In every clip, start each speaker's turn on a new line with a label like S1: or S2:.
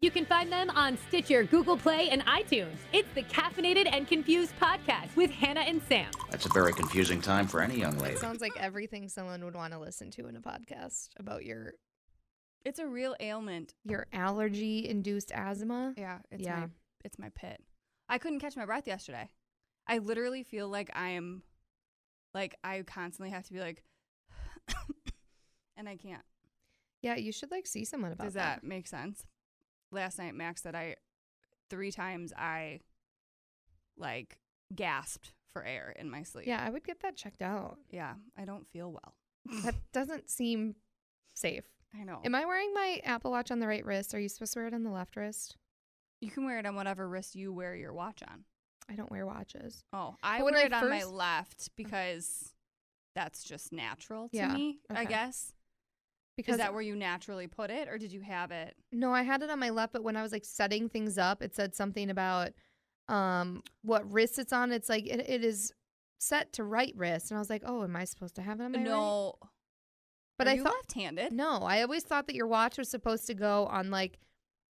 S1: You can find them on Stitcher, Google Play, and iTunes. It's the Caffeinated and Confused podcast with Hannah and Sam.
S2: That's a very confusing time for any young lady.
S3: Sounds like everything someone would want to listen to in a podcast about your
S4: It's a real ailment.
S3: your allergy induced asthma.
S4: Yeah, it's
S3: Yeah.
S4: my it's my pit. I couldn't catch my breath yesterday. I literally feel like I am like I constantly have to be like and I can't.
S3: Yeah, you should like see someone about
S4: Does that, make sense? Last night Max said I three times I like gasped for air in my sleep.
S3: Yeah, I would get that checked out.
S4: Yeah, I don't feel well.
S3: That doesn't seem safe.
S4: I know.
S3: Am I wearing my Apple Watch on the right wrist? Are you supposed to wear it on the left wrist?
S4: you can wear it on whatever wrist you wear your watch on.
S3: I don't wear watches.
S4: Oh, I
S3: But when
S4: wear
S3: I
S4: it on my
S3: first- Mm.
S4: left because that's just natural to
S3: Yeah,
S4: me, I
S3: okay.
S4: guess.
S3: Because
S4: Is that where you naturally put it or did you have it?
S3: No, I had it on my left, but when I was like setting things up, it said something about um what wrist it's on. It's like it, it is set to right wrist, and I was like, oh, am I supposed to have it on my right?
S4: no.
S3: but
S4: Are
S3: I
S4: you
S3: thought
S4: left-handed.
S3: Uh, no. I always thought that your watch was supposed to go on like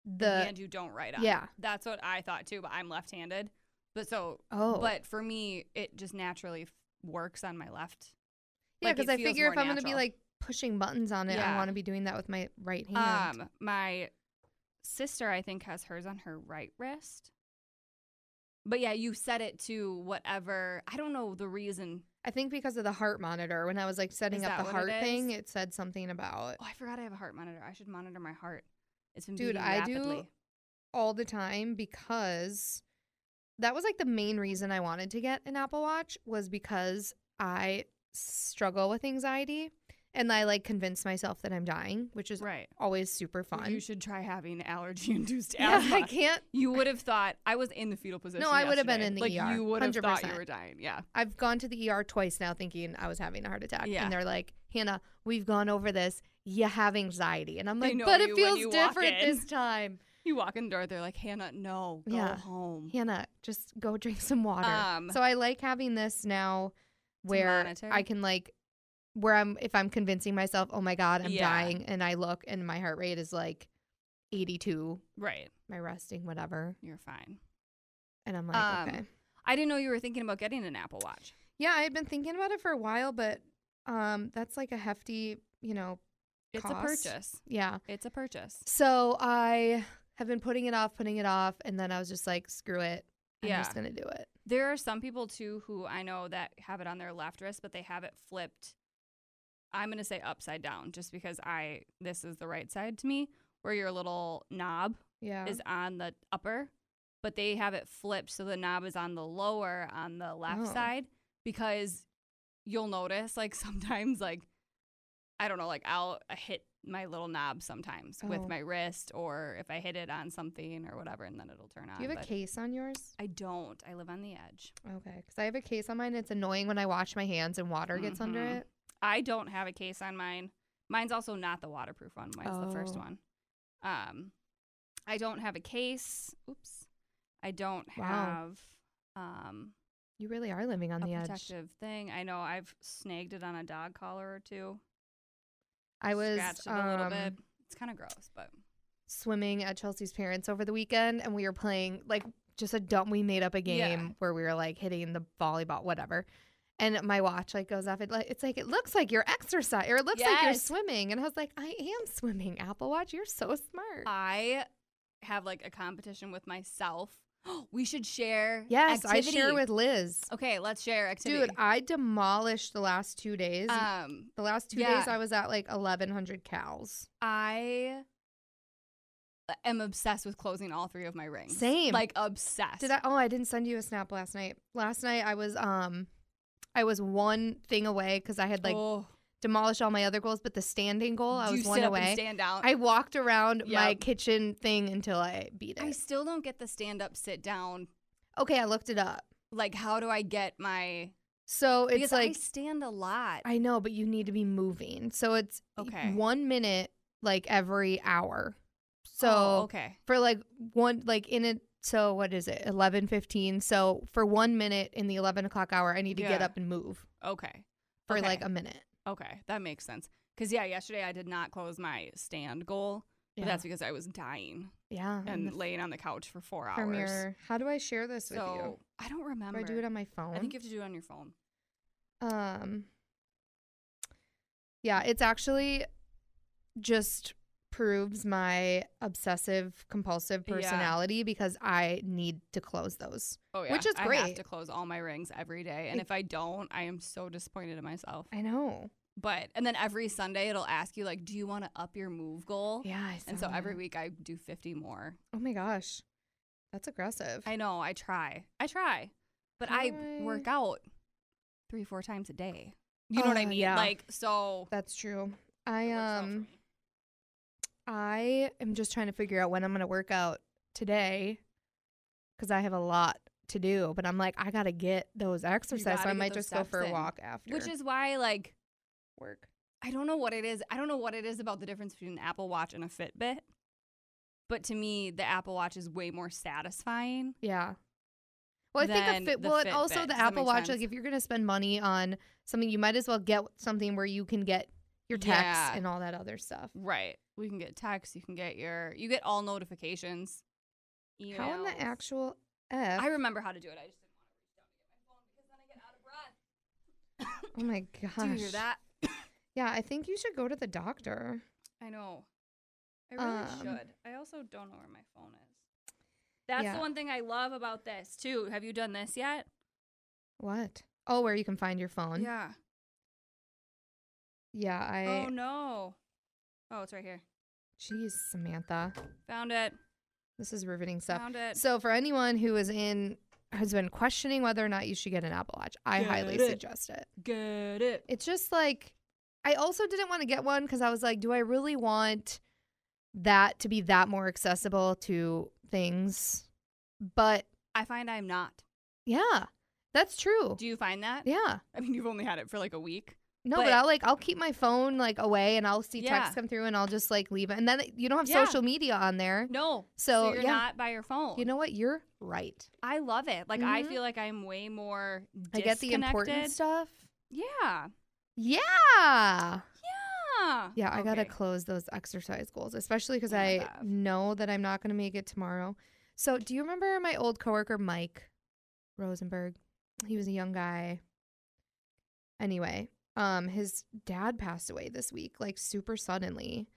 S4: the
S3: the
S4: hand you don't write on.
S3: Yeah.
S4: That's what I thought too, but I'm left-handed. But so
S3: oh,
S4: but for me it just naturally f- works on my left.
S3: yeah,
S4: like,
S3: because
S4: it
S3: I
S4: feels
S3: figure if
S4: more
S3: I'm gonna be
S4: natural.
S3: like pushing buttons on it, I
S4: Yeah.
S3: want to be doing that with my right hand.
S4: Um my sister I think has hers on her right wrist. But yeah, you set it to whatever. I don't know the reason.
S3: I think because of the heart monitor, when I was like setting
S4: Is
S3: up
S4: that
S3: the
S4: what
S3: heart
S4: it
S3: thing,
S4: is?
S3: it said something about
S4: Oh, I forgot I have a heart monitor. I should monitor my heart. It's been
S3: Dude,
S4: beating
S3: I do-
S4: rapidly.
S3: all the time because that was like the main reason I wanted to get an Apple Watch was because I struggle with anxiety and I like convince myself that I'm dying, which is
S4: Right.
S3: always super fun.
S4: You should try having allergy-induced
S3: yeah,
S4: asthma.
S3: I can't.
S4: You would have thought I was in the fetal position.
S3: No, I would have been
S4: yesterday.
S3: in the
S4: like,
S3: ER,
S4: You would have thought you
S3: 100%.
S4: were dying. Yeah.
S3: I've gone to the ER twice now thinking I was having a heart attack.
S4: Yeah.
S3: And they're like, Hannah, we've gone over this. You have anxiety. And I'm
S4: They
S3: like,
S4: know
S3: but
S4: you
S3: it
S4: when
S3: feels
S4: you walk
S3: different
S4: in."
S3: this time.
S4: You walk in the door, they're like, Hannah, no, go
S3: Yeah.
S4: home.
S3: Hannah, just go drink some water.
S4: Um,
S3: so I like having this now where
S4: monitor?
S3: I can like where I'm if I'm convincing myself, oh my god, I'm
S4: Yeah.
S3: dying, and I look and my heart rate is like 82,
S4: Right.
S3: my resting whatever,
S4: You're fine.
S3: and I'm like,
S4: Um,
S3: okay,
S4: I didn't know you were thinking about getting an Apple Watch.
S3: yeah, I had been thinking about it for a while, but um, that's like a hefty, you know,
S4: It's a
S3: Cost?
S4: purchase.
S3: yeah.
S4: It's a purchase.
S3: So I have been putting it off, putting it off, and then I was just like, screw it, I'm
S4: Yeah.
S3: just gonna do it.
S4: There are some people too who I know that have it on their left wrist, but they have it flipped. I'm gonna say upside down, just because I this is the right side to me, where your little knob
S3: Yeah,
S4: is on the upper, but they have it flipped so the knob is on the lower on the left
S3: Oh.
S4: side because you'll notice like sometimes like I don't know like I'll hit my little knob sometimes with
S3: Oh.
S4: my wrist or if I hit it on something or whatever and then it'll turn on.
S3: do you have a
S4: but
S3: case on yours?
S4: I don't. I live on the edge.
S3: Okay, because I have a case on mine. It's annoying when I wash my hands and water gets under
S4: Mhm.
S3: it.
S4: I don't have a case on mine. Mine's also not the waterproof one. Mine's the first
S3: Oh.
S4: one. Um, I don't have a case. Oops. I don't
S3: Wow.
S4: have um
S3: You really are living on
S4: a
S3: the edge.
S4: protective thing. I know I've snagged it on a dog collar or two.
S3: I was
S4: scratched it a little
S3: um,
S4: bit. It's kind of gross, but
S3: swimming at Chelsea's parents over the weekend, and we were playing like just a dumb. We made up a game
S4: Yeah.
S3: where we were like hitting the volleyball, whatever. And my watch like goes off. It like it's like it looks like you're exercise or it looks like you're
S4: Yes.
S3: swimming. And I was like, I am swimming. Apple Watch, you're so smart.
S4: I have like a competition with myself. we should share.
S3: yes, I share
S4: activity.
S3: with Liz.
S4: Okay, let's share activity.
S3: Dude, I demolished the last two days.
S4: um,
S3: the last two
S4: yeah.
S3: days, I was at like 1,100 cows.
S4: I am obsessed with closing all three of my rings.
S3: Same.
S4: like obsessed.
S3: Did I? Oh, I didn't send you a snap last night. Last night I was um, I was one thing away because I had like
S4: oh,
S3: demolished all my other goals, but the standing goal I
S4: do
S3: was
S4: you
S3: one
S4: sit Up
S3: away.
S4: and stand out.
S3: I walked around my
S4: Yep.
S3: kitchen thing until I beat it.
S4: I still don't get the stand up, sit down.
S3: okay, I looked it up.
S4: Like, how do I get my?
S3: So it's
S4: because I
S3: like
S4: stand a lot.
S3: I, know, but you need to be moving. So it's
S4: Okay.
S3: one minute like every hour. So
S4: Oh, okay.
S3: for like one like in it so what is it 11.15 so for one minute in the 11 o'clock hour i need to get
S4: Yeah.
S3: up and move
S4: Okay.
S3: for
S4: Okay.
S3: like a minute
S4: Okay, that makes sense. Cause yeah, yesterday I did not close my stand goal But that's because I was dying
S3: yeah.
S4: and
S3: the
S4: laying on the couch for four hours.
S3: Premiere. How do I share this with
S4: So I don't
S3: you? Do
S4: remember.
S3: I do it on my phone?
S4: I think you have to do it on your phone.
S3: Um Yeah, it's actually just proves my obsessive compulsive
S4: Yeah.
S3: personality because I need to close those.
S4: Oh yeah,
S3: Which is
S4: I have
S3: great.
S4: to close all my rings every day, and
S3: It-
S4: if I don't, I am so disappointed in myself.
S3: I know.
S4: But and then every Sunday it'll ask you like, do you want to up your move goal?
S3: Yeah, I
S4: And
S3: saw
S4: so every
S3: that.
S4: week I do 50 more.
S3: Oh my gosh. That's aggressive.
S4: I know I try, I try, but I work out three four times a day. You know what I
S3: Uh,
S4: mean?
S3: yeah.
S4: Like so.
S3: That's true.
S4: it
S3: I
S4: works out for
S3: um
S4: me.
S3: I am just trying to figure out when I'm going to work out today cuz I have a lot to do, but I'm like I got to get those exercise. So
S4: gotta
S3: I
S4: get
S3: might
S4: those
S3: just go
S4: steps
S3: for a
S4: in,
S3: walk after.
S4: which is why like
S3: work.
S4: I don't know what it is. I don't know what it is about the difference between an Apple Watch and a Fitbit. But to me, the Apple Watch is way more satisfying.
S3: Yeah. Well, I
S4: than
S3: think a fit.
S4: the
S3: Well, and also
S4: Fitbit. Does
S3: the
S4: that
S3: Apple
S4: make
S3: Watch.
S4: sense?
S3: Like, if you're gonna spend money on something, you might as well get something where you can get your texts
S4: Yeah.
S3: and all that other stuff.
S4: Right. We can get texts. You can get your. You get all notifications. Emails.
S3: How in the actual f?
S4: I remember how to do it. I just didn't want to reach down to get my phone because then I get out of breath.
S3: oh my gosh!
S4: Do you hear that?
S3: Yeah, I think you should go to the doctor.
S4: I know. I really
S3: Um,
S4: should. I also don't know where my phone is. That's
S3: Yeah.
S4: the one thing I love about this too. Have you done this yet?
S3: What? Oh, where you can find your phone?
S4: Yeah.
S3: Yeah, I.
S4: Oh no. Oh, it's right here.
S3: Jeez, Samantha,
S4: Found it.
S3: this is riveting stuff.
S4: Found it.
S3: So for anyone who is in has been questioning whether or not you should get an Apple Watch, I highly
S4: Get it.
S3: suggest it.
S4: Get it.
S3: it's just like I also didn't want to get one because I was like, do I really want that to be that more accessible to things? But
S4: I find I'm not.
S3: yeah, that's true.
S4: Do you find that?
S3: yeah.
S4: I mean, you've only had it for like a week.
S3: No, but,
S4: But-
S3: I'll like I'll keep my phone like away and I'll see
S4: Yeah.
S3: texts come through and I'll just like leave it. And then you don't have
S4: Yeah.
S3: social media on there.
S4: No.
S3: So,
S4: you're
S3: yeah.
S4: not by your phone.
S3: You know what? You're right.
S4: I love it. Like I
S3: Mhm.
S4: feel like I'm way more
S3: I get the important
S4: disconnected.
S3: stuff.
S4: Yeah.
S3: Yeah. Yeah,
S4: Huh.
S3: I got to
S4: Okay.
S3: close those exercise goals, especially cuz
S4: Oh my
S3: I
S4: God.
S3: know that I'm not going to make it tomorrow. So, do you remember my old coworker Mike Rosenberg? He was a young guy. Anyway, um his dad passed away this week like super suddenly.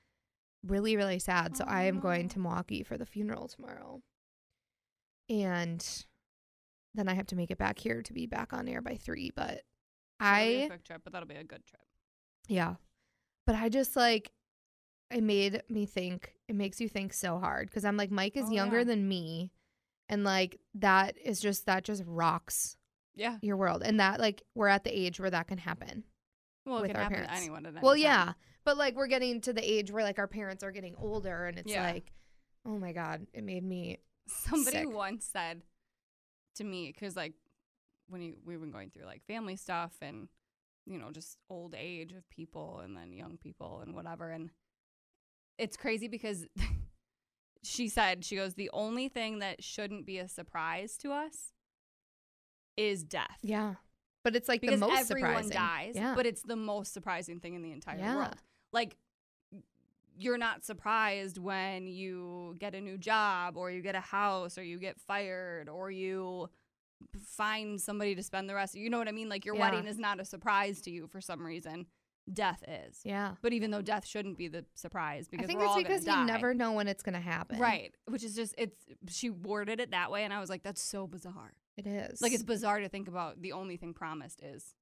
S3: Really really sad. So,
S4: Oh,
S3: I am going
S4: no.
S3: to Milwaukee for the funeral tomorrow. And then I have to make it back here to be back on air by 3, but
S4: That'll be
S3: I
S4: a quick trip, but that'll be a good trip.
S3: yeah. But I just like it made me think. It makes you think so hard cuz I'm like Mike is
S4: Oh,
S3: younger
S4: yeah.
S3: than me and like that is just that just rocks
S4: Yeah.
S3: your world and that like we're at the age where that can happen.
S4: Well, it
S3: With
S4: can
S3: our
S4: happen to
S3: parents.
S4: anyone at any
S3: well,
S4: time.
S3: yeah. But like we're getting to the age where like our parents are getting older and it's
S4: Yeah.
S3: like oh my god, it made me
S4: Somebody
S3: Sick.
S4: once said to me, because like when you, we were going through like family stuff and you know just old age of people and then young people and whatever, and it's crazy because she said she goes the only thing that shouldn't be a surprise to us is death.
S3: yeah. But it's like
S4: because
S3: the most
S4: everyone
S3: surprising.
S4: dies,
S3: yeah.
S4: but it's the most surprising thing in the entire
S3: Yeah.
S4: world. Like you're not surprised when you get a new job or you get a house or you get fired or you find somebody to spend the rest you know what I mean? Like your
S3: Yeah.
S4: wedding is not a surprise to you for some reason. Death is.
S3: yeah.
S4: But even though death shouldn't be the surprise because
S3: I think
S4: we're
S3: it's
S4: all
S3: because you
S4: gonna die.
S3: never know when it's going to happen.
S4: Right. Which is just it's she worded it that way and I was like, that's so bizarre.
S3: It is.
S4: Like it's bizarre to think about the only thing promised is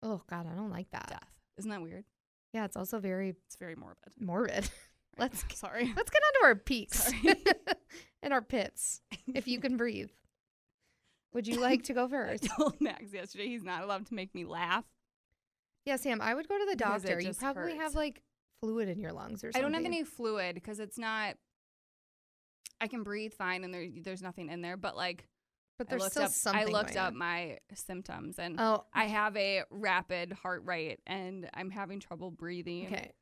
S3: oh god, I don't like that.
S4: death. Isn't that weird?
S3: Yeah, it's also very
S4: It's very morbid.
S3: morbid. Let's
S4: get, sorry.
S3: Let's get onto our peaks
S4: Sorry.
S3: and our pits, if you can breathe. Would you like to go
S4: I
S3: first?
S4: told Max yesterday he's not allowed to make me laugh.
S3: Yeah, Sam, I would go to the
S4: Because it
S3: doctor. You
S4: just
S3: probably have
S4: hurts.
S3: like fluid in your lungs or
S4: I
S3: something.
S4: don't have any fluid because it's not. I can breathe fine and there, there's nothing in there, but like
S3: but
S4: I
S3: there's
S4: looked
S3: still
S4: up,
S3: something.
S4: I looked
S3: going
S4: up
S3: on.
S4: my symptoms and
S3: Oh,
S4: I have a rapid heart rate and I'm having trouble breathing.
S3: okay.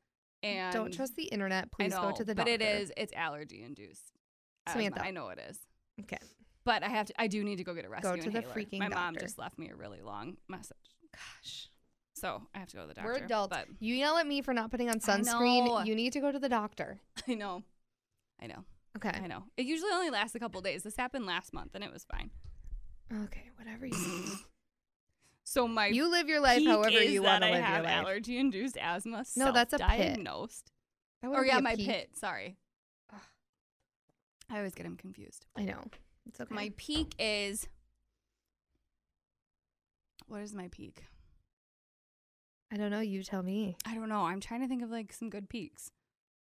S4: And
S3: don't trust the internet.
S4: I
S3: Please go to
S4: know,
S3: the
S4: but
S3: doctor.
S4: it is it's allergy induced. asthma.
S3: Samantha.
S4: I know it is.
S3: okay.
S4: But I have to. I do need to go get a rescue.
S3: to the
S4: inhaler.
S3: freaking
S4: My mom
S3: doctor.
S4: just left me a really long message,
S3: Gosh,
S4: so I have to go to the doctor.
S3: we're adults.
S4: But
S3: You yell at me for not putting on sunscreen.
S4: know.
S3: You need to go to the doctor.
S4: I know. I know.
S3: Okay.
S4: I know. It usually only lasts a couple days. This happened last month and it was fine.
S3: Okay. Whatever you say.
S4: So my
S3: you live your life
S4: peak
S3: however
S4: is
S3: you
S4: that
S3: want to
S4: I
S3: live
S4: have
S3: your life.
S4: allergy induced asthma.
S3: No, that's a pit.
S4: diagnosed.
S3: That
S4: Or
S3: wouldn't be
S4: yeah,
S3: a
S4: my
S3: peak.
S4: pit. Sorry.
S3: Ugh.
S4: I always get him confused.
S3: I know. It's okay.
S4: My peak is. What is my peak?
S3: I don't know. You tell me.
S4: I don't know. I'm trying to think of like some good peaks.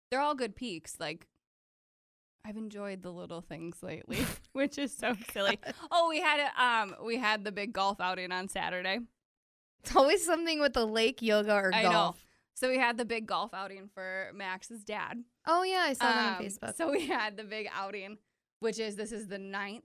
S4: They're all good peaks. Like, I've enjoyed the little things lately, which is so silly. Oh, we had a, um, we had the big golf outing on Saturday.
S3: It's always something with the lake, yoga, or
S4: I know.
S3: golf.
S4: So we had the big golf outing for Max's dad.
S3: Oh yeah, I saw that on
S4: Um,
S3: Facebook.
S4: So we had the big outing, which is this is the ninth,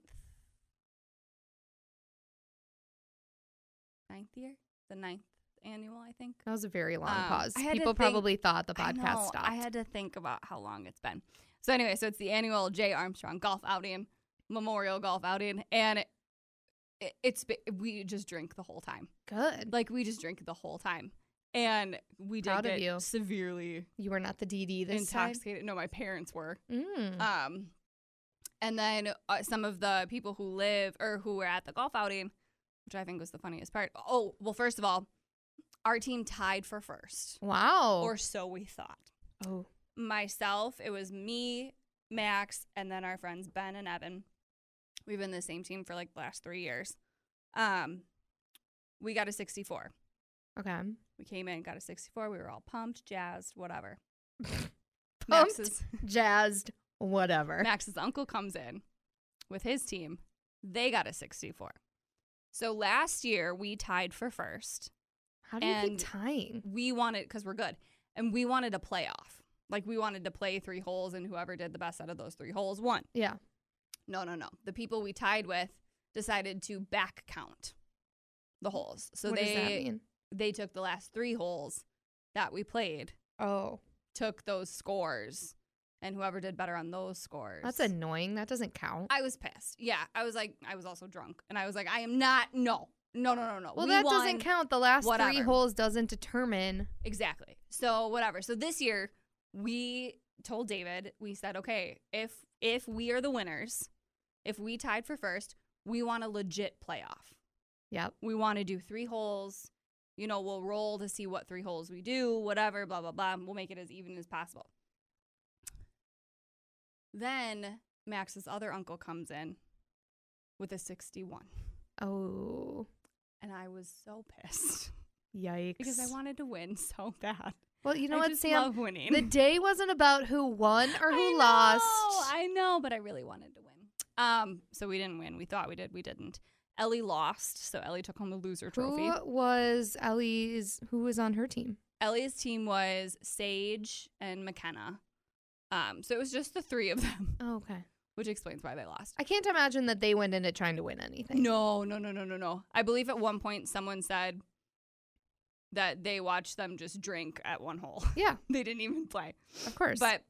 S4: ninth year, the ninth annual, I think.
S3: that was a very long
S4: um,
S3: pause.
S4: I had to
S3: People
S4: think-
S3: probably thought the
S4: I
S3: podcast
S4: know,
S3: stopped.
S4: I had to think about how long it's been. So anyway, so it's the annual J Armstrong Golf Outing, Memorial Golf Outing, and it, it, it's ba- we just drink the whole time.
S3: Good.
S4: Like we just drink the whole time, and we did
S3: Proud of
S4: get
S3: you.
S4: severely
S3: You were not the DD this
S4: intoxicated. No, my parents were.
S3: time. Mm.
S4: Um, and then uh, some of the people who live or who were at the golf outing, which I think was the funniest part. Oh, well, first of all, our team tied for first,
S3: wow.
S4: or so we thought.
S3: oh.
S4: Myself, it was me, Max, and then our friends Ben and Evan. We've been the same team for like the last three years. Um, we got a 64.
S3: Okay.
S4: We came in, got a 64. We were all pumped, jazzed, whatever.
S3: Pumped?
S4: Max's-
S3: Jazzed. Whatever.
S4: Max's uncle comes in with his team. They got a 64. So last year we tied for first.
S3: How do you
S4: and-
S3: keep tying?
S4: We wanted because we're good, and we wanted a playoff. Like we wanted to play three holes, and whoever did the best out of those three holes won.
S3: Yeah.
S4: No, no, no. The people we tied with decided to back count the holes. So
S3: what
S4: they
S3: does that mean?
S4: they took the last three holes that we played,
S3: Oh,
S4: took those scores, and whoever did better on those scores.
S3: that's annoying. That doesn't count.
S4: I was pissed. Yeah, I was like, I was also drunk, and I was like, I am not. No, no, no, no, no.
S3: well,
S4: We
S3: that
S4: won.
S3: doesn't count. The last three
S4: whatever.
S3: holes doesn't determine.
S4: Exactly. So whatever. So this year we told David, we said, okay, if if we are the winners, if we tied for first, we want a legit playoff.
S3: Yep.
S4: We want to do three holes. You know, we'll roll to see what three holes we do, whatever, blah, blah, blah. We'll make it as even as possible. Then Max's other uncle comes in with a 61.
S3: Oh,
S4: And I was so pissed
S3: yikes.
S4: because I wanted to win so bad.
S3: well, you know
S4: I
S3: what,
S4: just
S3: Sam?
S4: love winning.
S3: The day wasn't about who won or
S4: I
S3: who
S4: know,
S3: lost.
S4: I know, but I really wanted to win. Um, so we didn't win. We thought we did. We didn't. Ellie lost, so Ellie took home a loser trophy.
S3: Who was Ellie's? Who was on her team?
S4: Ellie's team was Sage and McKenna. Um, so it was just the three of them,
S3: Oh, okay.
S4: which explains why they lost.
S3: I can't imagine that they went into trying to win anything.
S4: No, no, no, no, no, no. I believe at one point someone said that they watched them just drink at one hole.
S3: Yeah,
S4: they didn't even play.
S3: of course.
S4: But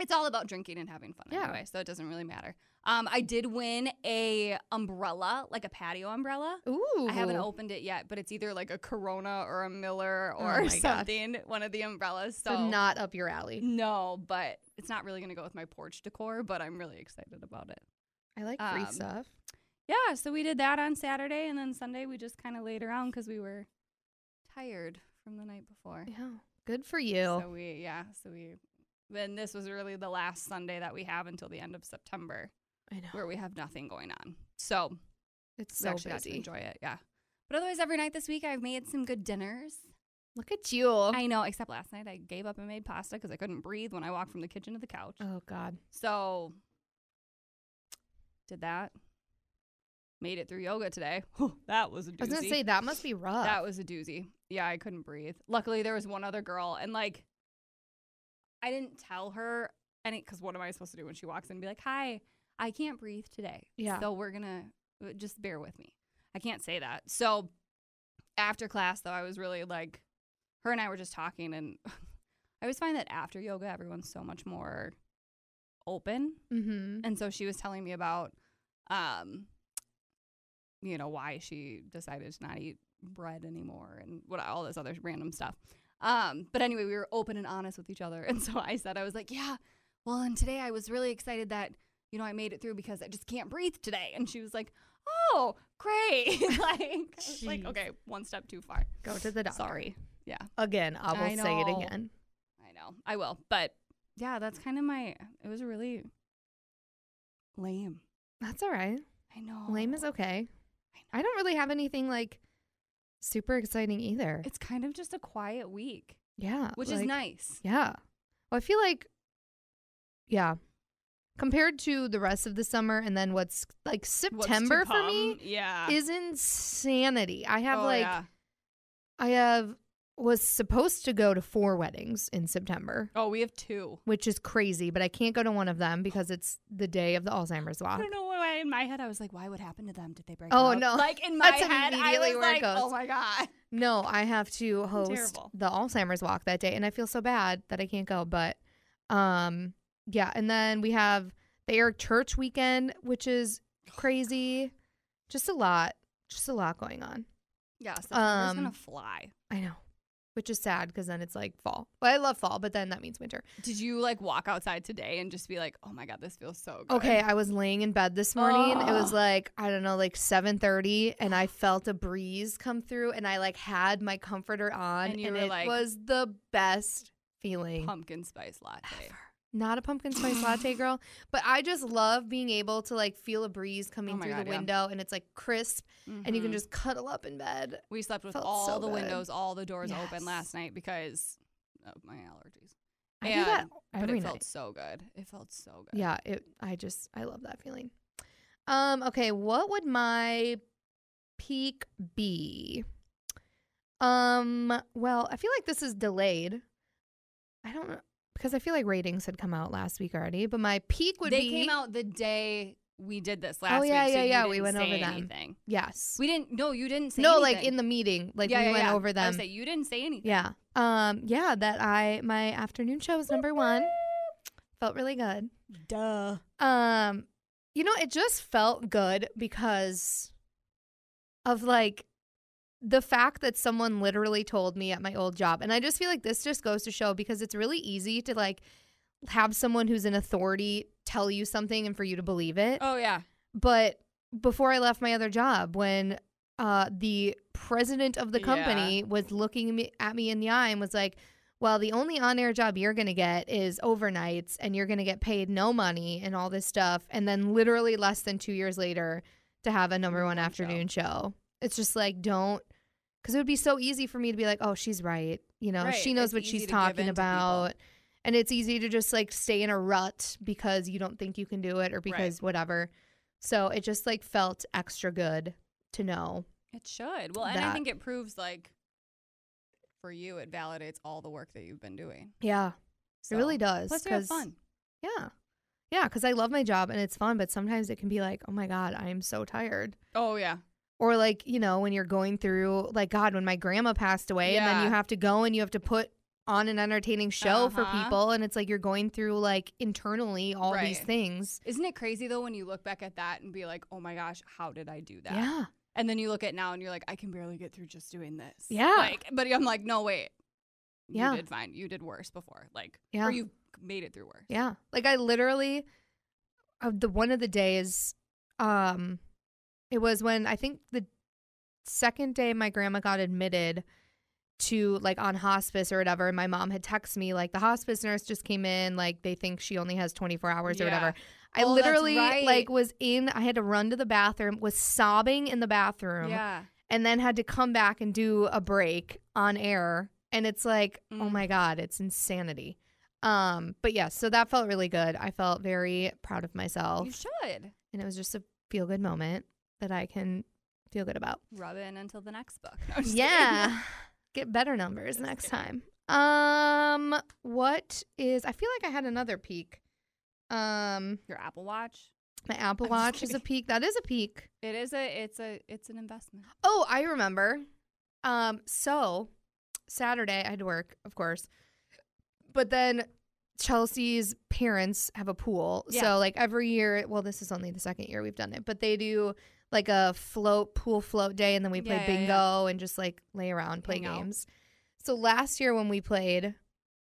S4: it's all about drinking and having fun
S3: Yeah.
S4: anyway, so it doesn't really matter. Um, I did win a umbrella, like a patio umbrella.
S3: ooh,
S4: I haven't opened it yet, but it's either like a Corona or a Miller
S3: Oh
S4: or
S3: my gosh.
S4: something. One of the umbrellas. So,
S3: so not up your alley.
S4: no, but it's not really gonna go with my porch decor. But I'm really excited about it.
S3: I like free
S4: Um,
S3: stuff.
S4: Yeah, so we did that on Saturday, and then Sunday we just kind of laid around because we were tired from the night before.
S3: Yeah, good for you.
S4: So we, yeah, so we, then this was really the last Sunday that we have until the end of September
S3: I know
S4: where we have nothing going on. So,
S3: it's
S4: we
S3: so
S4: actually got to
S3: busy.
S4: enjoy it. Yeah. But otherwise, every night this week, I've made some good dinners.
S3: Look at you.
S4: I know, except last night I gave up and made pasta because I couldn't breathe when I walked from the kitchen to the couch.
S3: oh God,
S4: So, did that. Made it through yoga today. Whew, that was a doozy.
S3: I was gonna say that must be rough.
S4: That was a doozy. Yeah, I couldn't breathe. Luckily, there was one other girl, and like, I didn't tell her any because what am I supposed to do when she walks in and be like, "Hi, I can't breathe today."
S3: Yeah.
S4: So we're gonna uh, just bear with me. I can't say that. So after class, though, I was really like, her and I were just talking, and I always find that after yoga, everyone's so much more open
S3: mm-hmm.
S4: and so she was telling me about, um, you know, why she decided to not eat bread anymore and what all this other random stuff. Um, but anyway, we were open and honest with each other. And so I said, I was like, yeah, well, and today I was really excited that, you know, I made it through because I just can't breathe today. And she was like, oh, great. like, I was like,
S3: Jeez.
S4: okay, one step too far.
S3: Go to the doctor.
S4: Sorry. Yeah,
S3: Again, I will
S4: I
S3: say it
S4: know.
S3: again.
S4: I know. I will. But yeah, that's kind of my, it was really lame.
S3: That's all right.
S4: I know.
S3: Lame is okay. I don't really have anything like super exciting either.
S4: It's kind of just a quiet week,
S3: yeah.
S4: which is
S3: Uh, like-
S4: nice.
S3: Yeah. Well, I feel like, yeah, compared to the rest of the summer and then what's like
S4: What's to
S3: September for me
S4: come. Yeah.
S3: is insanity. I have
S4: Oh,
S3: like,
S4: yeah.
S3: I have, was supposed to go to four weddings in September,
S4: Oh, we have two.
S3: which is crazy, but I can't go to one of them because it's the day of the Alzheimer's
S4: I
S3: walk.
S4: don't know why in my head I was like, why would happen to them? Did they break
S3: Oh,
S4: up?
S3: no.
S4: Like in my
S3: That's
S4: head, I
S3: immediately
S4: was
S3: where it
S4: like,
S3: goes.
S4: oh my God.
S3: No, I have to host
S4: Terrible.
S3: the Alzheimer's walk that day and I feel so bad that I can't go, but um yeah, and then we have the Eric Church weekend, which is
S4: Oh,
S3: crazy. Just a lot, just a lot going on.
S4: Yeah, September's gonna
S3: Um,
S4: fly.
S3: I know. Which is sad because then it's like fall. But I love fall, but then that means winter.
S4: Did you like walk outside today and just be like, oh my God, this feels so good?
S3: Okay, I was laying in bed this morning. It was
S4: Ugh.
S3: like, I don't know, like 7:30 and I felt a breeze come through and I like had my comforter on
S4: And
S3: and,
S4: you were
S3: it
S4: like-
S3: was the best feeling.
S4: Pumpkin spice latte.
S3: not a pumpkin spice latte girl, but I just love being able to like feel a breeze coming
S4: Oh my
S3: through
S4: God,
S3: the
S4: yeah.
S3: window and it's like crisp and you can
S4: Mhm.
S3: just cuddle up in bed.
S4: We slept with
S3: felt
S4: all
S3: so
S4: the
S3: good.
S4: windows, all the doors
S3: Yes.
S4: open last night because of my allergies.
S3: I do that
S4: And- but
S3: every
S4: it
S3: night.
S4: felt so good. It felt so good.
S3: yeah, it I just I love that feeling. Um okay, what would my peak be? Um well, I feel like this is delayed. I don't know because I feel like ratings had come out last week already, but my peak would
S4: they
S3: be Oh,
S4: came out the day we did this last
S3: yeah,
S4: week. so
S3: yeah,
S4: you
S3: yeah,
S4: didn't
S3: we went
S4: say
S3: over them.
S4: anything.
S3: Yes.
S4: We didn't. No, you didn't say
S3: no,
S4: anything.
S3: like in the meeting, like
S4: yeah,
S3: we
S4: yeah,
S3: went
S4: yeah.
S3: over
S4: I
S3: them.
S4: was like, you didn't say anything.
S3: Yeah. Um, yeah, that I my afternoon show was number one. Felt really good.
S4: Duh.
S3: Um, you know, it just felt good because of like the fact that someone literally told me at my old job. And I just feel like this just goes to show because it's really easy to like have someone who's an authority tell you something and for you to believe it
S4: Oh yeah.
S3: but before I left my other job, when uh, the president of the
S4: Yeah.
S3: company was looking me, at me in the eye and was like, "Well, the only on-air job you're gonna get is overnights, and you're gonna get paid no money and all this stuff," and then literally less than two years later to have a number
S4: Number
S3: one
S4: one
S3: afternoon show. It's just like don't, because it would be so easy for me to be like, "Oh, she's right," you know,
S4: Right.
S3: she knows
S4: It's
S3: what
S4: easy
S3: she's
S4: to give in
S3: talking
S4: to people.
S3: about. And it's easy to just like stay in a rut because you don't think you can do it or because whatever. So it just like felt extra good to know.
S4: It should. Well, and
S3: That-
S4: I think it proves like for you, it validates all the work that you've been doing.
S3: Yeah,
S4: So.
S3: it really does.
S4: Plus, you have
S3: 'cause-
S4: fun.
S3: Yeah, yeah, because I love my job and it's fun, but sometimes it can be like, oh my god, I am so tired.
S4: Oh yeah.
S3: Or like you know when you're going through like God, when my grandma passed away, and then
S4: Yeah.
S3: you have to go and you have to put on an entertaining show for
S4: Uh-huh.
S3: people, and it's like you're going through like internally all these
S4: Right.
S3: things.
S4: Isn't it crazy though when you look back at that and be like, oh my gosh, how did I do that?
S3: Yeah,
S4: And then you look at now and you're like, I can barely get through just doing this.
S3: Yeah.
S4: Like, but I'm like, no wait.
S3: Yeah.
S4: You did fine. You did worse before. Like,
S3: Yeah.
S4: or you made it through worse.
S3: Yeah. Like I literally uh, the one of the days um it was when I think the second day my grandma got admitted to like on hospice or whatever and my mom had texted me like the hospice nurse just came in like they think she only has 24 hours or
S4: Yeah.
S3: whatever. I
S4: Oh, that's
S3: literally
S4: right.
S3: like was in I had to run to the bathroom was sobbing in the bathroom
S4: Yeah.
S3: and then had to come back and do a break on air and it's like oh
S4: Mm.
S3: my god it's insanity um but yes so that felt really good i felt very proud of myself
S4: You should
S3: and it was just a feel good moment that i can feel good about
S4: rub in until the next book. No, I'm just kidding.
S3: yeah get better numbers
S4: Just
S3: next
S4: kidding.
S3: time um what is i feel like i had another peak um
S4: Your Apple Watch.
S3: my apple
S4: I'm just
S3: watch is a
S4: kidding.
S3: peak that is a peak
S4: It is a. It's a. It's an investment.
S3: Oh, I remember. Um, so Saturday I had to work, of course. But then Chelsea's parents have a pool.
S4: Yeah.
S3: So like every year, well, this is only the second year we've done it, but they do like a float pool float day and then we play
S4: Yeah, yeah,
S3: bingo
S4: yeah.
S3: and just like lay around, play
S4: Hang out.
S3: games. So last year when we played,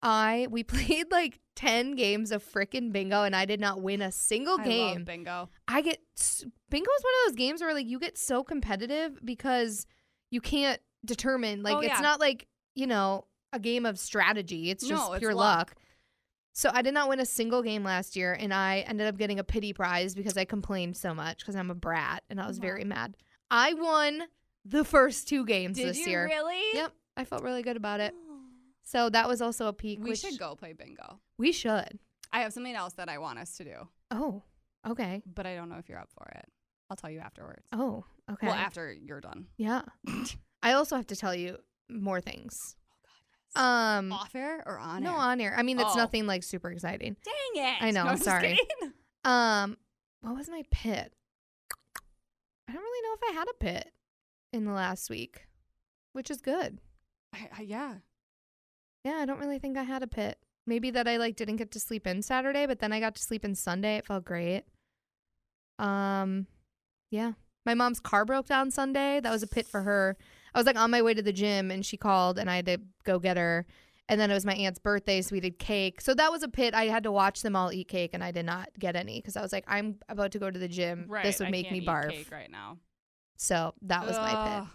S3: I we played like 10 games of frickin' bingo and I did not win a single
S4: I
S3: Oh, game.
S4: love bingo.
S3: I get s- bingo is one of those games where like you get so competitive because you can't determine like
S4: Oh,
S3: it's
S4: yeah.
S3: not like you know a game of strategy. It's just
S4: No, it's
S3: pure luck.
S4: luck.
S3: So I did not win a single game last year, and I ended up getting a pity prize because I complained so much because I'm a brat and I was
S4: Wow.
S3: very mad. I won the first two games
S4: Did
S3: this
S4: you
S3: year.
S4: really? Oh.
S3: Yep, I felt really good about it. So that was also a peak.
S4: We
S3: which-
S4: should go play bingo.
S3: We should.
S4: I have something else that I want us to do,
S3: Oh, okay.
S4: but I don't know if you're up for it. I'll tell you afterwards.
S3: Oh, okay.
S4: Well, after you're done.
S3: Yeah. I also have to tell you more things. Um
S4: Oh, Off air or on
S3: no
S4: air?
S3: on air. I mean it's
S4: Oh.
S3: nothing like super exciting.
S4: Dang it.
S3: I know,
S4: No,
S3: I'm
S4: just
S3: sorry.
S4: kidding.
S3: Um what was my pit? I don't really know if I had a pit in the last week, which is good.
S4: I, I, yeah.
S3: Yeah, I don't really think I had a pit. Maybe that I like didn't get to sleep in Saturday, but then I got to sleep in Sunday. It felt great. Um yeah. My mom's car broke down Sunday. That was a pit for her. I was like on my way to the gym and she called and I had to go get her. And then it was my aunt's birthday, so we did cake. So that was a pit. I had to watch them all eat cake and I did not get any because I was like, I'm about to go to the gym.
S4: Right.
S3: this would
S4: I
S3: make
S4: can't
S3: me
S4: eat
S3: barf.
S4: cake right now.
S3: So that was my pit,
S4: Ugh.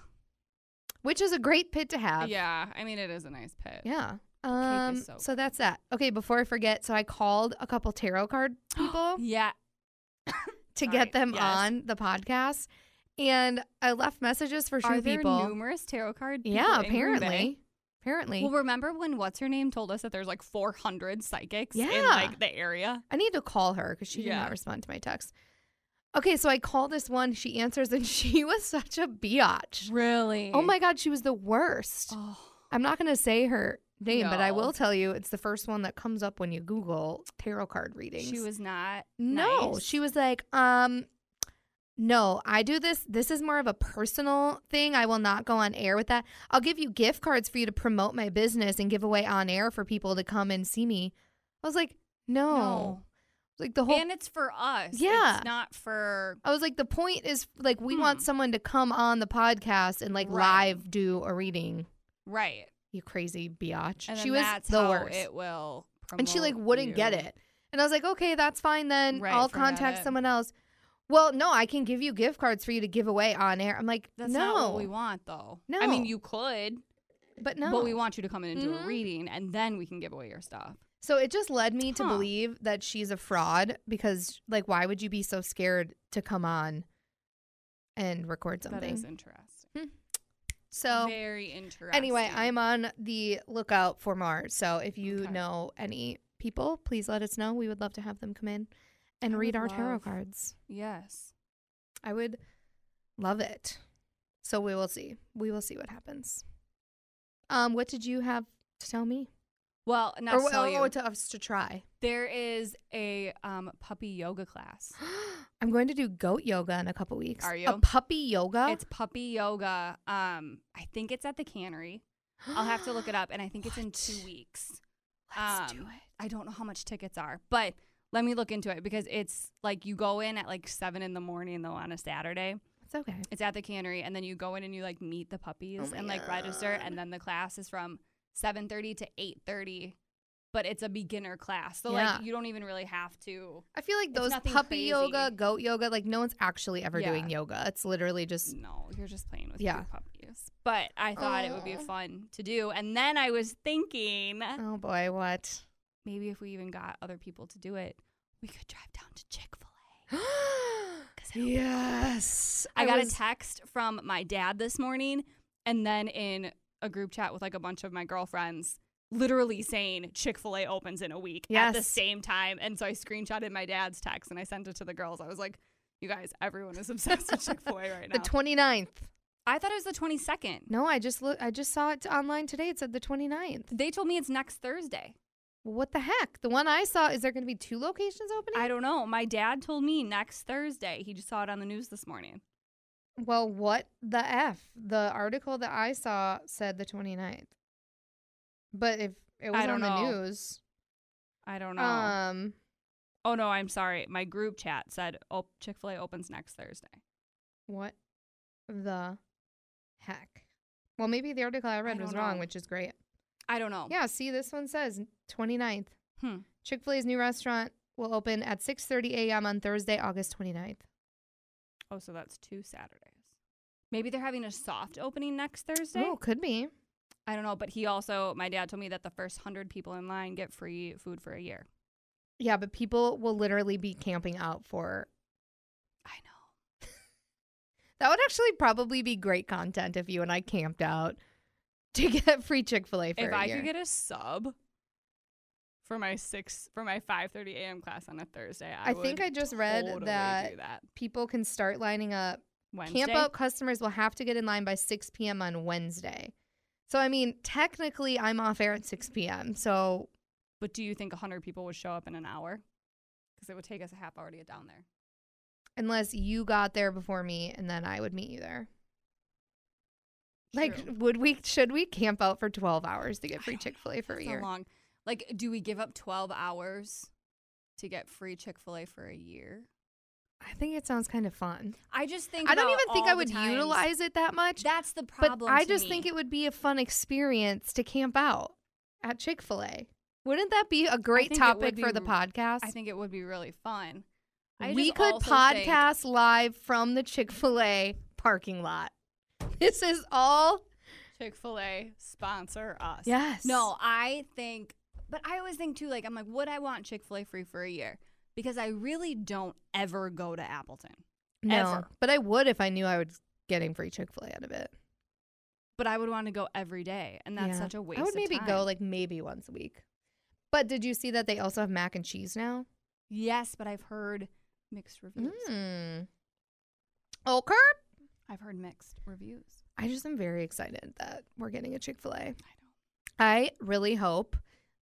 S3: which is a great pit to have.
S4: Yeah. I mean, it is a nice pit.
S3: Yeah.
S4: cake
S3: Um,
S4: is
S3: so,
S4: so
S3: that's that. Okay, before I forget, so I called a couple tarot card people
S4: Yeah.
S3: to
S4: Sorry,
S3: get them
S4: yes.
S3: on the podcast, and I left messages for true
S4: Are there
S3: people.
S4: numerous tarot card people
S3: yeah,
S4: in Green Bay?
S3: apparently, apparently,
S4: Well, remember when what's her name told us that there's like 400 psychics
S3: Yeah.
S4: in like the area?
S3: I need to call her because she did
S4: Yeah.
S3: not respond to my text. Okay, so I call this one. She answers, and she was such a biatch.
S4: Really?
S3: Oh my god, she was the worst.
S4: Oh.
S3: I'm not gonna say her name, but I
S4: No.
S3: will tell you, it's the first one that comes up when you Google tarot card readings.
S4: She was not.
S3: No,
S4: nice?
S3: she was like, um, no, I do this. This is more of a personal thing. I will not go on air with that. I'll give you gift cards for you to promote my business and give away on air for people to come and see me. I was like, no.
S4: No.
S3: Like the whole
S4: and it's for us.
S3: Yeah.
S4: It's not for.
S3: I was like, the point is like we want someone to come on the podcast and like
S4: Hmm. Right.
S3: live do a reading.
S4: Right.
S3: You crazy biatch.
S4: And
S3: she
S4: then
S3: was
S4: that's
S3: the
S4: how
S3: worst.
S4: It will.
S3: and she like
S4: promote
S3: wouldn't
S4: you.
S3: get it. And I was like, okay, that's fine then.
S4: Right,
S3: I'll
S4: forget
S3: contact
S4: it.
S3: someone else. Well, no, I can give you gift cards for you to give away on air. I'm like,
S4: That's
S3: no,
S4: not what we want, though. I mean,
S3: No.
S4: you could,
S3: but no.
S4: but we want you to come in and do
S3: Mhm.
S4: a reading, and then we can give away your stuff.
S3: so it just led me to
S4: Huh.
S3: believe that she's a fraud because, like, why would you be so scared to come on and record
S4: That is
S3: something?
S4: interesting.
S3: So
S4: Very interesting.
S3: anyway, I'm on the lookout for more. So if you
S4: Okay.
S3: know any people, please let us know. We would love to have them come in and
S4: I
S3: read
S4: would
S3: our tarot
S4: love-
S3: cards.
S4: Yes.
S3: I would love it. So we will see. We will see what happens. Um, what did you have to tell me?
S4: Well, not to
S3: what-
S4: tell
S3: oh,
S4: you,
S3: to us to try.
S4: there is a um, puppy yoga class.
S3: I'm going to do goat yoga in a couple weeks.
S4: Are
S3: A
S4: you?
S3: puppy yoga?
S4: It's puppy yoga. Um, I think it's at the cannery. I'll have to look it up, and I think it's in two
S3: What?
S4: weeks.
S3: Let's do
S4: um,
S3: it.
S4: I don't know how much tickets are, but let me look into it because it's like you go in at like seven in the morning though on a Saturday.
S3: It's okay.
S4: It's at the cannery, and then you go in and you like meet the puppies
S3: Oh my
S4: and like register,
S3: God.
S4: and then the class is from seven thirty to eight thirty. But it's a beginner class, so
S3: Yeah.
S4: like you don't even really have to.
S3: I feel like
S4: It's
S3: those
S4: nothing
S3: puppy
S4: crazy.
S3: yoga, goat yoga, like no one's actually ever
S4: Yeah.
S3: doing yoga. It's literally just
S4: No, you're just playing with
S3: Yeah.
S4: your puppies. But I thought it would be
S3: Aw.
S4: fun to do, and then I was thinking
S3: oh boy, what?
S4: maybe if we even got other people to do it, we could drive down to Chick Fil A.
S3: yes.
S4: I, got
S3: was-
S4: a text from my dad this morning, and then in a group chat with like a bunch of my girlfriends, literally saying Chick Fil A opens in a week at the
S3: Yes.
S4: same time. And so I screenshotted my dad's text and I sent it to the girls. I was like, "You guys, everyone is obsessed with Chick Fil A right
S3: the
S4: now."
S3: 29th.
S4: I thought it was the twenty second.
S3: No, I just look I just saw it online today. It said the 29th.
S4: They told me it's next Thursday.
S3: Well, What the heck? The one I saw, is there going to be two locations opening?
S4: I don't know. My dad told me next Thursday. He just saw it on the news this morning.
S3: well, what the F? The article that I saw said the 29th. But if it was
S4: I
S3: on
S4: don't
S3: the
S4: know.
S3: news,
S4: I don't know.
S3: um,
S4: oh no, I'm sorry. My group chat said oh, Chick Fil A opens next Thursday.
S3: what the heck? Well, maybe the article I read was
S4: don't
S3: wrong,
S4: know. Oh.
S3: which is great.
S4: I don't know.
S3: Yeah, see, this one says 29th.
S4: Hmm.
S3: Chick fil A's new restaurant will open at 6.30 a.m. on Thursday, August 29th.
S4: Oh, so that's two Saturdays. Maybe they're having a soft opening next Thursday.
S3: Oh, could be.
S4: I don't know, but he also, my dad told me that the first 100 people in line get free food for a year.
S3: Yeah, but people will literally be camping out for.
S4: I know.
S3: That would actually probably be great content if you and I camped out to get free Chick fil A for
S4: if
S3: a
S4: I
S3: year.
S4: could get a sub for my 6 for my 5:30 a.m. class on a Thursday, I,
S3: I think
S4: would
S3: I just read
S4: totally
S3: that
S4: do that.
S3: people can start lining up.
S4: Wednesday.
S3: Camp out customers will have to get in line by 6 p.m. on Wednesday. So, I mean, technically, I'm off air at 6 p.m. So,
S4: But do you think 100 people would show up in an hour? Cuz it would take us a half hour to get down there.
S3: unless you got there before me and then I would meet you there. Like,
S4: True.
S3: would we, should we camp out for 12 hours to get
S4: I
S3: free
S4: don't know.
S3: Chick fil A for a
S4: That's not
S3: year?
S4: long. Like, do we give up 12 hours to get free Chick fil A for a year?
S3: I think it sounds kind of fun.
S4: I just think
S3: I don't
S4: about
S3: even think
S4: all
S3: I
S4: the
S3: would
S4: times-
S3: utilize it that much,
S4: That's the
S3: but
S4: problem.
S3: I
S4: to
S3: just think
S4: me.
S3: it would be a fun experience to camp out at Chick fil A. Wouldn't that be a great
S4: think it would
S3: topic
S4: be
S3: for the
S4: r-
S3: podcast?
S4: I think it would be really fun. I
S3: we
S4: just
S3: could
S4: also think-
S3: podcast live from the Chick fil A parking lot. This is all.
S4: Chick fil A sponsor us.
S3: Yes.
S4: No, I think, but I always think too, like, I'm like, would I want Chick fil A free for a year? Because I really don't ever go to Appleton.
S3: No.
S4: ever.
S3: But I would if I knew I was getting free Chick fil A out of it.
S4: But I would want to go every day. And that's
S3: Yeah.
S4: such a waste
S3: I would
S4: of
S3: maybe
S4: time.
S3: go like maybe once a week. But did you see that they also have mac and cheese now?
S4: Yes, but I've heard mixed reviews.
S3: Mm. Okay.
S4: I've heard mixed reviews.
S3: I just am very excited that we're getting a Chick fil A.
S4: I know.
S3: I really hope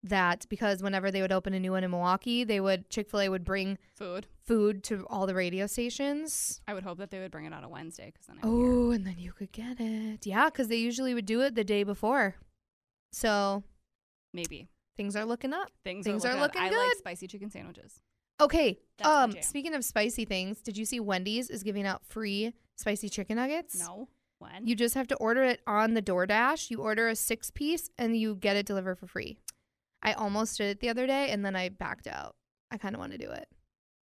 S3: that because whenever they would open a new one in Milwaukee, they would Chick fil A would bring
S4: Food.
S3: food to all the radio stations.
S4: I would hope that they would bring it out on Wednesday because then I'm here.
S3: Oh, and then you could get it. Yeah, because they usually would do it the day before. So
S4: Maybe.
S3: things are looking up.
S4: Things,
S3: Things
S4: are
S3: are
S4: looking,
S3: looking
S4: I like
S3: good.
S4: spicy chicken sandwiches.
S3: Okay.
S4: That's my
S3: um,
S4: jam.
S3: speaking of spicy things, did you see Wendy's is giving out free spicy chicken nuggets?
S4: No. When?
S3: You just have to order it on the DoorDash. You order a six piece and you get it delivered for free. I almost did it the other day and then I backed out. I kind of want to do it.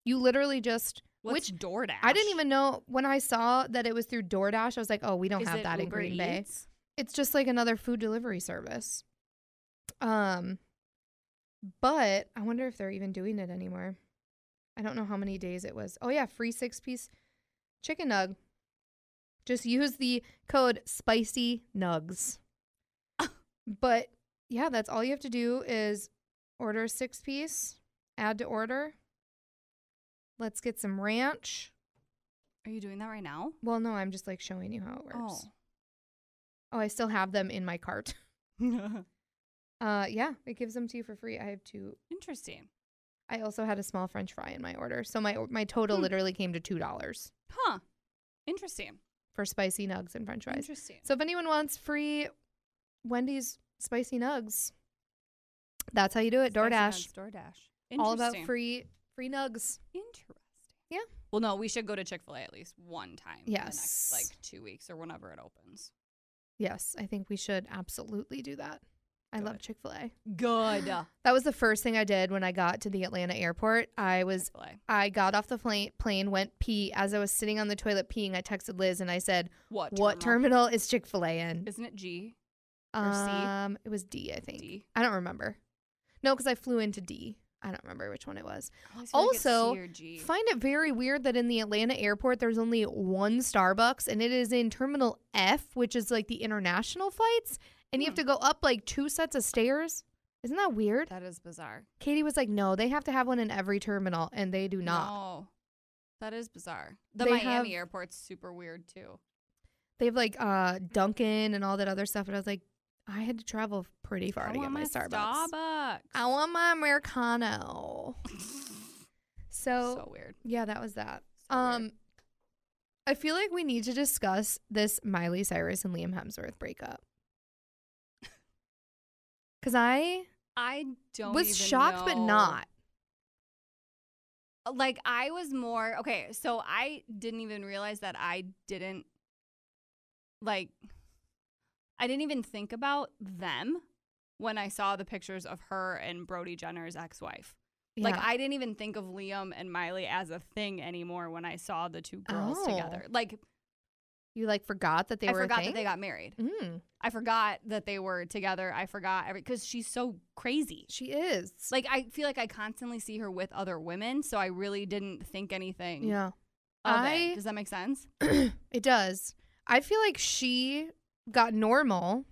S3: You literally just,
S4: What's
S3: which
S4: DoorDash?
S3: I didn't even know when I saw that it was through DoorDash. I was like, oh, we don't
S4: Is
S3: have
S4: it
S3: that in
S4: Uber
S3: Green Bay.
S4: Eats?
S3: It's just like another food delivery service. Um, but I wonder if they're even doing it anymore. I don't know how many days it was. Oh yeah, free six piece chicken nug. Just use the code spicy nugs. but yeah, that's all you have to do is order a six piece, add to order. Let's get some ranch.
S4: Are you doing that right now?
S3: Well, no, I'm just like showing you how it works. oh I still have them in my cart.
S4: Oh.
S3: Uh, yeah, it gives them to you for free. I have two.
S4: Interesting.
S3: I also had a small French fry in my order, so my my total
S4: Hmm.
S3: literally came to two dollars
S4: Huh. Interesting.
S3: for spicy nugs and French fries.
S4: Interesting.
S3: So if anyone wants free Wendy's spicy nugs, that's how you do it.
S4: Spicy
S3: DoorDash,
S4: nugs, DoorDash.
S3: all about
S4: Interesting.
S3: free free nugs.
S4: Interesting.
S3: Yeah.
S4: Well, no, we should go to Chick Fil A at least one time. in the next,
S3: Yes.
S4: like two weeks or whenever it opens.
S3: Yes, I think we should absolutely do that. I love
S4: Good.
S3: Chick Fil A.
S4: Good.
S3: That was the first thing I did when I got to the Atlanta airport. I was
S4: Chick Fil A.
S3: I got off the plane, plane, went pee. As I was sitting on the toilet peeing, I texted Liz and I said,
S4: What?
S3: "What terminal is Chick Fil A in?"
S4: Isn't it G? or C?
S3: Um, it was D, I think.
S4: D.
S3: I don't remember. No, because I flew into D. I don't remember which one it was.
S4: I always feel like it's C
S3: Also,
S4: or G.
S3: Find it very weird that in the Atlanta airport there's only one Starbucks, and it is in Terminal F, which is like the international flights, and you have
S4: Hmm.
S3: to go up like two sets of stairs. Isn't that weird?
S4: that is bizarre.
S3: Katie was like, "No, they have to have one in every terminal, and they do not."
S4: No. That is bizarre. The
S3: They
S4: Miami
S3: have-
S4: airport's super weird too.
S3: They have like uh Dunkin' and all that other stuff. And I was like, I had to travel pretty far to
S4: I
S3: get
S4: want
S3: my,
S4: my
S3: Starbucks.
S4: Starbucks.
S3: I want my Americano. So,
S4: so weird.
S3: yeah, that was that.
S4: So weird.
S3: um I feel like we need to discuss this Miley Cyrus and Liam Hemsworth breakup. Cause I
S4: I don't
S3: was
S4: even
S3: shocked but
S4: know.
S3: not.
S4: like I was more okay, so I didn't even realize that I didn't like I didn't even think about them when I saw the pictures of her and Brody Jenner's ex-wife. Like
S3: Yeah.
S4: I didn't even think of Liam and Miley as a thing anymore when I saw the two girls
S3: Oh.
S4: together. Like
S3: you like forgot that they
S4: I
S3: were.
S4: forgot
S3: a
S4: that
S3: thing?
S4: they got married.
S3: Mm,
S4: I forgot that they were together. I forgot every because she's so crazy.
S3: she is.
S4: Like I feel like I constantly see her with other women, so I really didn't think anything.
S3: yeah,
S4: Of
S3: I-
S4: it. Does that make sense?
S3: it does. I feel like she got normal.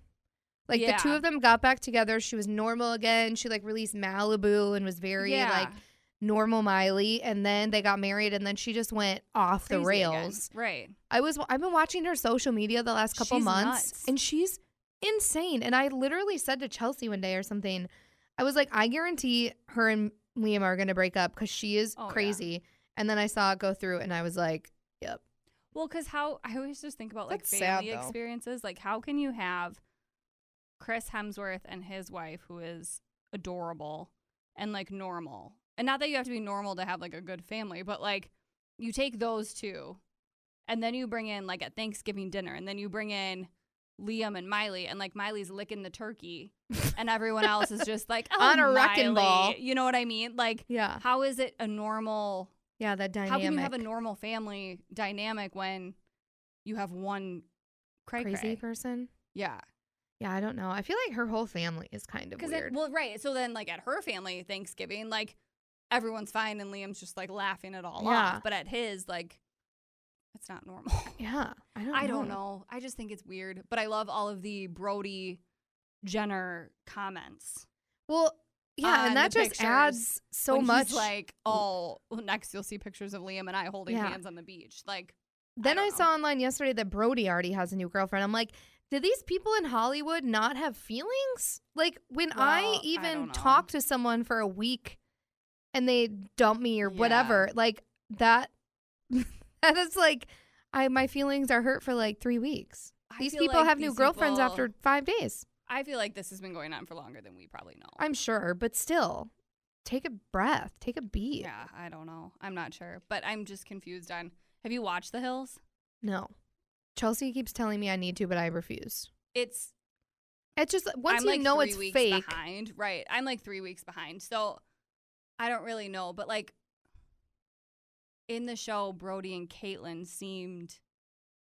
S3: Like the two
S4: Yeah.
S3: of them got back together. She was normal again. She like released Malibu and was very like normal Miley. And then they got married, and then she just went off the
S4: crazy again.
S3: rails.
S4: Right.
S3: I was I've been watching her social media the last couple
S4: She's
S3: months
S4: nuts.
S3: and she's insane. And I literally said to Chelsea one day or something, I was like, I guarantee her and Liam are gonna break up because she is
S4: Oh, yeah.
S3: crazy. And then I saw it go through and I was like, Yep.
S4: Well, because how I always just think about like
S3: That's sad,
S4: family
S3: though.
S4: experiences. Like, how can you have Chris Hemsworth and his wife, who is adorable and like normal, and not that you have to be normal to have like a good family, but like you take those two, and then you bring in like at Thanksgiving dinner, and then you bring in Liam and Miley, and like Miley's licking the turkey, and everyone else is just like oh,
S3: On a wrecking
S4: Miley,"
S3: ball.
S4: You know what I mean? Like,
S3: Yeah.
S4: how is it a normal?
S3: Yeah, that dynamic.
S4: How can you have a normal family dynamic when you have one cray
S3: crazy
S4: cray?
S3: person?
S4: yeah,
S3: Yeah, I don't know. I feel like her whole family is kind of
S4: because
S3: weird.
S4: well, right. So then, like at her family Thanksgiving, like everyone's fine and Liam's just like laughing it all
S3: Yeah.
S4: off. But at his, like, it's not normal.
S3: yeah. I don't
S4: I don't know. I just think it's weird. But I love all of the Brody Jenner comments.
S3: Well, yeah,
S4: on
S3: and that
S4: Ah, the
S3: just
S4: pictures
S3: adds so
S4: when he's
S3: much
S4: like, oh, well, next you'll see pictures of Liam and I holding
S3: Yeah.
S4: hands on the beach. Like,
S3: Then I,
S4: don't know.
S3: saw online yesterday that Brody already has a new girlfriend. I'm like, do these people in Hollywood not have feelings? Like when I
S4: Well, I
S3: even
S4: don't know.
S3: talk to someone for a week and they dump me or
S4: Yeah.
S3: whatever, like that that is like I my feelings are hurt for like 3 weeks.
S4: I
S3: These
S4: feel
S3: people
S4: like
S3: have new
S4: these
S3: girlfriends
S4: people-
S3: after 5 days.
S4: I feel like this has been going on for longer than we probably know.
S3: I'm sure, but still, take a breath, take a beat.
S4: yeah, I don't know. I'm not sure, but I'm just confused on. Have you watched The Hills?
S3: No. Chelsea keeps telling me I need to, but I refuse.
S4: It's
S3: It's just once
S4: I'm
S3: you
S4: like
S3: know
S4: three
S3: it's
S4: weeks
S3: fake.
S4: behind, right? I'm like three weeks behind, so I don't really know. But like in the show, Brody and Caitlin seemed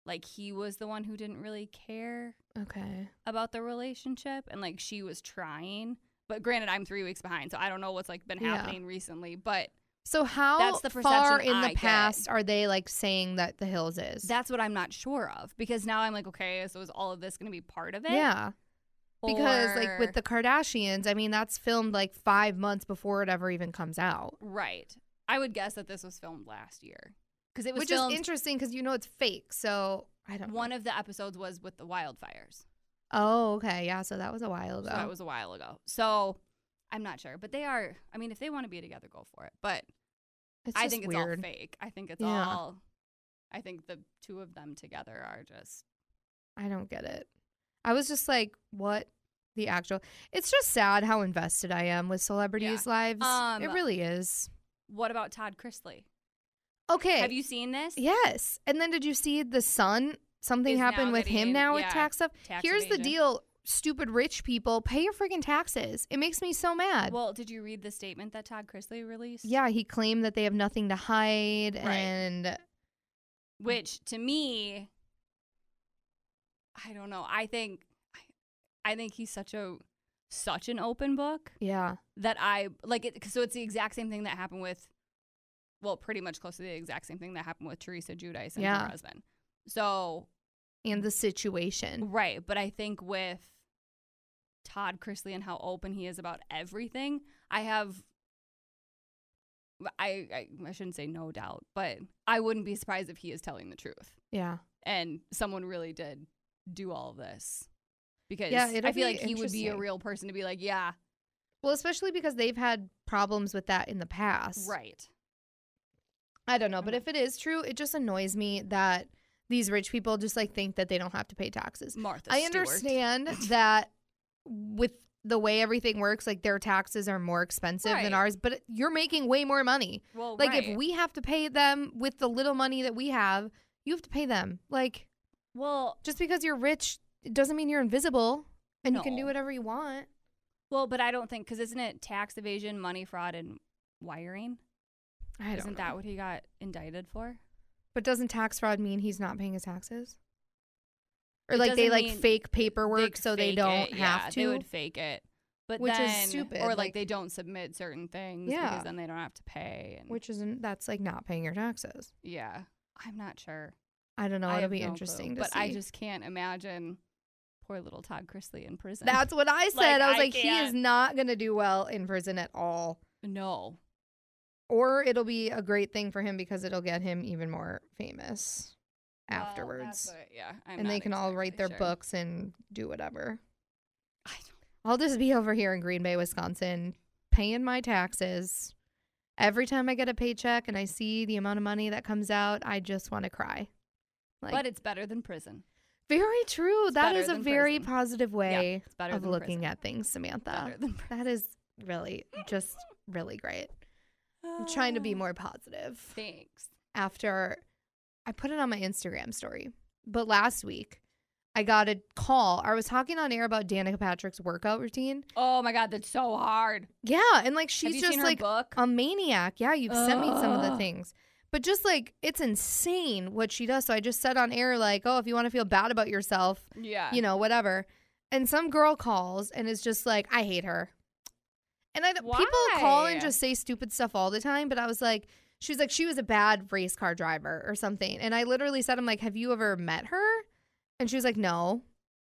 S4: like he was the one who didn't really care
S3: Okay.
S4: about the relationship, and like she was trying. But granted, I'm three weeks behind, so I don't know what's like been
S3: Yeah.
S4: happening recently. But
S3: So how
S4: That's the
S3: far
S4: perception
S3: in the
S4: I get.
S3: past are they like saying that the hills is?
S4: That's what I'm not sure of because now I'm like, okay, so is all of this going to be part of it?
S3: yeah. Because like
S4: Or-
S3: with the Kardashians, I mean that's filmed like five months before it ever even comes out,
S4: right, I would guess that this was filmed last year because it was
S3: which is
S4: filmed.
S3: interesting because you know it's fake. So I don't.
S4: one
S3: know.
S4: of the episodes was with the wildfires,
S3: oh okay yeah. So that was a while
S4: so
S3: ago.
S4: that was a while ago. So I'm not sure, but they are. I mean, if they want to be together, go for it. But
S3: it's
S4: I
S3: just
S4: think it's
S3: weird.
S4: all fake. I think it's
S3: Yeah.
S4: all. I think the two of them together are just
S3: I don't get it. I was just like, what the actual? It's just sad how invested I am with celebrities' lives. it
S4: Um,
S3: really is.
S4: What about Todd Chrisley?
S3: Okay.
S4: Have you seen this?
S3: Yes. And then did you see the son? Something
S4: Is
S3: happened
S4: now
S3: with him
S4: getting-
S3: now with
S4: yeah,
S3: tax stuff.
S4: tax
S3: Here's the
S4: evasion.
S3: deal, stupid rich people, pay your freaking taxes. It makes me so mad.
S4: Well, did you read the statement that Todd Chrisley released?
S3: yeah, he claimed that they have nothing to hide
S4: Right.
S3: and
S4: which to me i don't know i think I, I think he's such a such an open book
S3: yeah.
S4: that i like it so it's the exact same thing that happened with well pretty much close to the exact same thing that happened with teresa judice and
S3: Yeah.
S4: her husband so
S3: And the situation.
S4: right but i think with todd chrisley and how open he is about everything i have I, I i shouldn't say no doubt but i wouldn't be surprised if he is telling the truth
S3: Yeah.
S4: and someone really did do all of this because
S3: Yeah, it'll
S4: I feel
S3: be
S4: like he would be a
S3: interesting.
S4: real person to be like, yeah,
S3: Well, especially because they've had problems with that in the past.
S4: right,
S3: I don't know, but
S4: Mhm.
S3: if it is true, it just annoys me that these rich people just like think that they don't have to pay taxes.
S4: Martha.
S3: I
S4: Stewart.
S3: understand that with the way everything works, like their taxes are more expensive than
S4: Right.
S3: ours, but you're making way more money.
S4: Well,
S3: Like
S4: right.
S3: if we have to pay them with the little money that we have, you have to pay them. Like
S4: well,
S3: just because you're rich it doesn't mean you're invisible and you can do
S4: No.
S3: whatever you want.
S4: Well, but I don't think because isn't it tax evasion, money fraud, and wiring?
S3: I don't
S4: isn't
S3: know.
S4: that what he got indicted for?
S3: But doesn't tax fraud mean he's not paying his taxes? Or
S4: It
S3: like they
S4: doesn't
S3: like
S4: mean-
S3: fake paperwork
S4: They'd
S3: so they
S4: fake
S3: don't
S4: it,
S3: have
S4: yeah,
S3: to.
S4: They would fake it, but
S3: Which is
S4: then-
S3: stupid,
S4: Or like,
S3: like-
S4: they don't submit certain things
S3: Yeah.
S4: because then they don't have to pay. And
S3: Which isn't that's like not paying your taxes.
S4: yeah, I'm not sure.
S3: I don't know.
S4: I
S3: It'll
S4: have
S3: be
S4: no clue,
S3: interesting to
S4: but
S3: see.
S4: I just can't imagine poor little Todd Chrisley in prison.
S3: that's what I said. I was
S4: I
S3: like, he is
S4: can't.
S3: not gonna do well in prison at all.
S4: no.
S3: Or it'll be a great thing for him because it'll get him even more famous
S4: Well, that's
S3: afterwards.
S4: what- yeah, I'm
S3: and they
S4: not
S3: can all write their
S4: exactly sure.
S3: books and do whatever.
S4: I don't-
S3: I'll just be over here in Green Bay, Wisconsin, paying my taxes. Every time I get a paycheck and I see the amount of money that comes out, I just want to cry. Like,
S4: but it's better than prison.
S3: very true. That
S4: better
S3: is a
S4: than
S3: very
S4: prison.
S3: positive way
S4: yeah, it's better
S3: of
S4: than
S3: looking
S4: prison.
S3: at things, Samantha.
S4: better than prison.
S3: That is really just really great. I'm trying to be more positive
S4: Thanks.
S3: after I put it on my Instagram story. But last week, I got a call. I was talking on air about Danica Patrick's workout routine.
S4: Oh my god, that's so hard.
S3: Yeah, and like she's
S4: Have you
S3: just
S4: seen her
S3: like uh,
S4: book?
S3: a maniac. Yeah, you've sent me some of the
S4: Ugh.
S3: things. But just like it's insane what she does. So I just said on air like, "Oh, if you want to feel bad about yourself,
S4: yeah.
S3: you know, whatever." And some girl calls and is just like, "I hate her." And I people call and
S4: Why?
S3: just say stupid stuff all the time, but I was like, she was like she was a bad race car driver or something. And I literally said, "I'm like, have you ever met her?" And she was like, "No."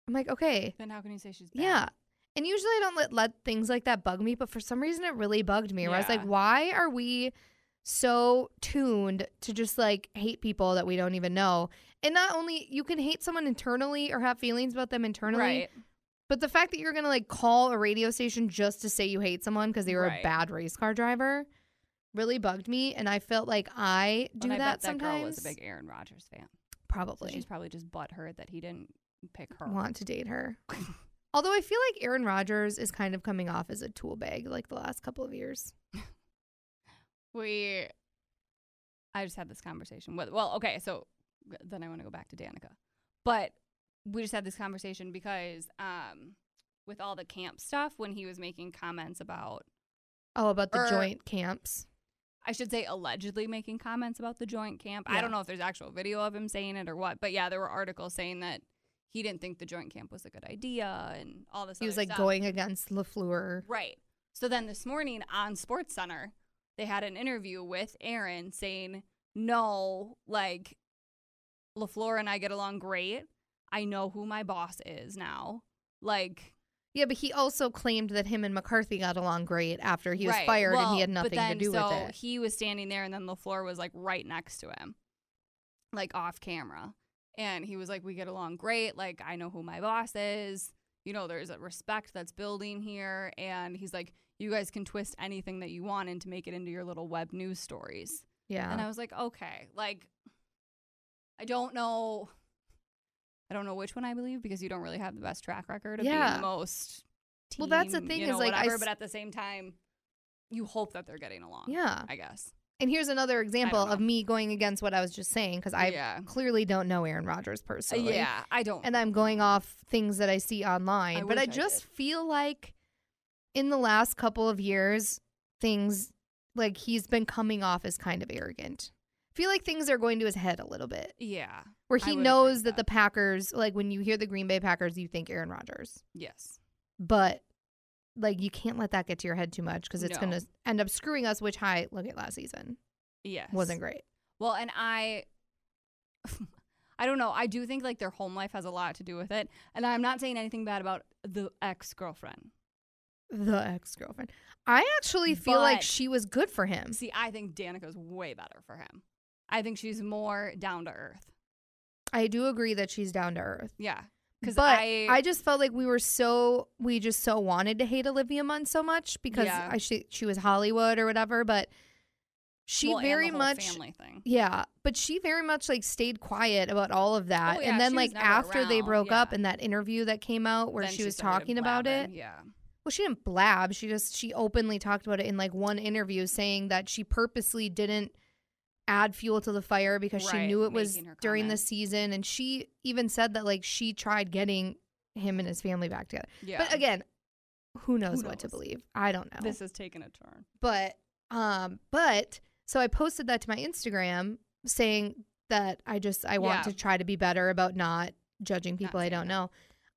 S3: I'm like, "Okay."
S4: then how can you say she's bad?
S3: Yeah. And usually I don't let, let things like that bug me, but for some reason it really bugged me. Where I was like,
S4: Yeah.
S3: why are we so tuned to just like hate people that we don't even know? And not only you can hate someone internally or have feelings about them internally,
S4: Right.
S3: but the fact that you're gonna like call a radio station just to say you hate someone because they were a
S4: Right. bad
S3: bad race car driver really bugged me. And I felt like I do
S4: and I
S3: that
S4: bet that
S3: sometimes.
S4: girl was a big Aaron Rodgers fan. So
S3: Probably.
S4: she's probably just butthurt that he didn't pick her.
S3: want to date her. Although I feel like Aaron Rodgers is kind of coming off as a tool bag like the last couple of years.
S4: We. I just had this conversation with. Well, okay, so g- then I want to go back to Danica, but we just had this conversation because um, with all the camp stuff, when he was making comments about,
S3: Oh, about the
S4: Or-
S3: joint camps.
S4: I should say, allegedly making comments about the joint camp. I
S3: Yeah.
S4: don't know if there's actual video of him saying it or what, but yeah, there were articles saying that he didn't think the joint camp was a good idea and all this.
S3: He was
S4: other
S3: like
S4: stuff.
S3: going against LaFleur.
S4: Right. So then this morning on Sports Center, they had an interview with Aaron saying, "No, like LaFleur and I get along great. I know who my boss is now." Like
S3: Yeah, but he also claimed that him and McCarthy got along great after he was
S4: right,
S3: fired and
S4: well,
S3: he had
S4: but
S3: nothing
S4: then,
S3: to do
S4: so
S3: with it.
S4: He was standing there and then LaFleur was like right next to him. Like off camera. And he was like, "We get along great. Like I know who my boss is. You know, there's a respect that's building here." And he's like, "You guys can twist anything that you want and to make it into your little web news stories." And I
S3: Yeah.
S4: was like, "Okay, like I don't know I don't know which one I believe because you don't really have the best track record of being
S3: Yeah.
S4: the most team,
S3: Well, that's the
S4: you
S3: thing is,
S4: know,
S3: like, I
S4: whatever,
S3: s-
S4: but at the same time you hope that they're getting along.
S3: Yeah.
S4: I guess.
S3: And here's another example
S4: know.
S3: of me going against what I was just saying because I
S4: yeah.
S3: clearly don't know Aaron Rodgers personally.
S4: yeah, I don't.
S3: and I'm going off things that I see online.
S4: I
S3: but I
S4: wish I
S3: just feel like in the last couple of years, things like he's been coming off as kind of arrogant. feel like things are going to his head a little bit,
S4: Yeah.
S3: where
S4: I
S3: he
S4: would agree
S3: knows
S4: with
S3: that the
S4: that.
S3: Packers, like when you hear the Green Bay Packers, you think Aaron Rodgers,
S4: Yes.
S3: but like you can't let that get to your head too much because it's
S4: No.
S3: going to end up screwing us. Which, hi, look at last season
S4: Yes.
S3: wasn't great.
S4: Well, and I I don't know. I do think like their home life has a lot to do with it. And I'm not saying anything bad about the ex-girlfriend.
S3: The ex girlfriend. I actually feel like
S4: But-
S3: she was good for him.
S4: See, I think Danica's way better for him. I think she's more down to earth.
S3: I do agree that she's down to earth.
S4: Yeah. Cuz
S3: but
S4: I,
S3: just felt like we were so we just so wanted to hate Olivia Munn so much because
S4: Yeah.
S3: I she, she was Hollywood or whatever, but she
S4: well, and the
S3: very
S4: whole
S3: much
S4: family thing.
S3: yeah, but she very much like stayed quiet about all of that,
S4: Oh, yeah,
S3: and then
S4: she was
S3: like
S4: never
S3: after they
S4: around,
S3: broke up
S4: yeah.
S3: and that interview that came out where
S4: Then
S3: she was
S4: started
S3: talking about it.
S4: blabbing, Yeah.
S3: Well, she didn't blab. She just she openly talked about it in like one interview, saying that she purposely didn't add fuel to the fire because she
S4: Right,
S3: knew it was
S4: making her
S3: during the
S4: comment.
S3: season, and she even said that like she tried getting him and his family back together.
S4: Yeah.
S3: But again, who knows
S4: Who
S3: what to
S4: knows?
S3: believe. I don't know.
S4: This has taken a turn.
S3: but um but so I posted that to my Instagram saying that I just I want
S4: Yeah.
S3: to try to be better about not judging people I
S4: saying
S3: don't
S4: that.
S3: know.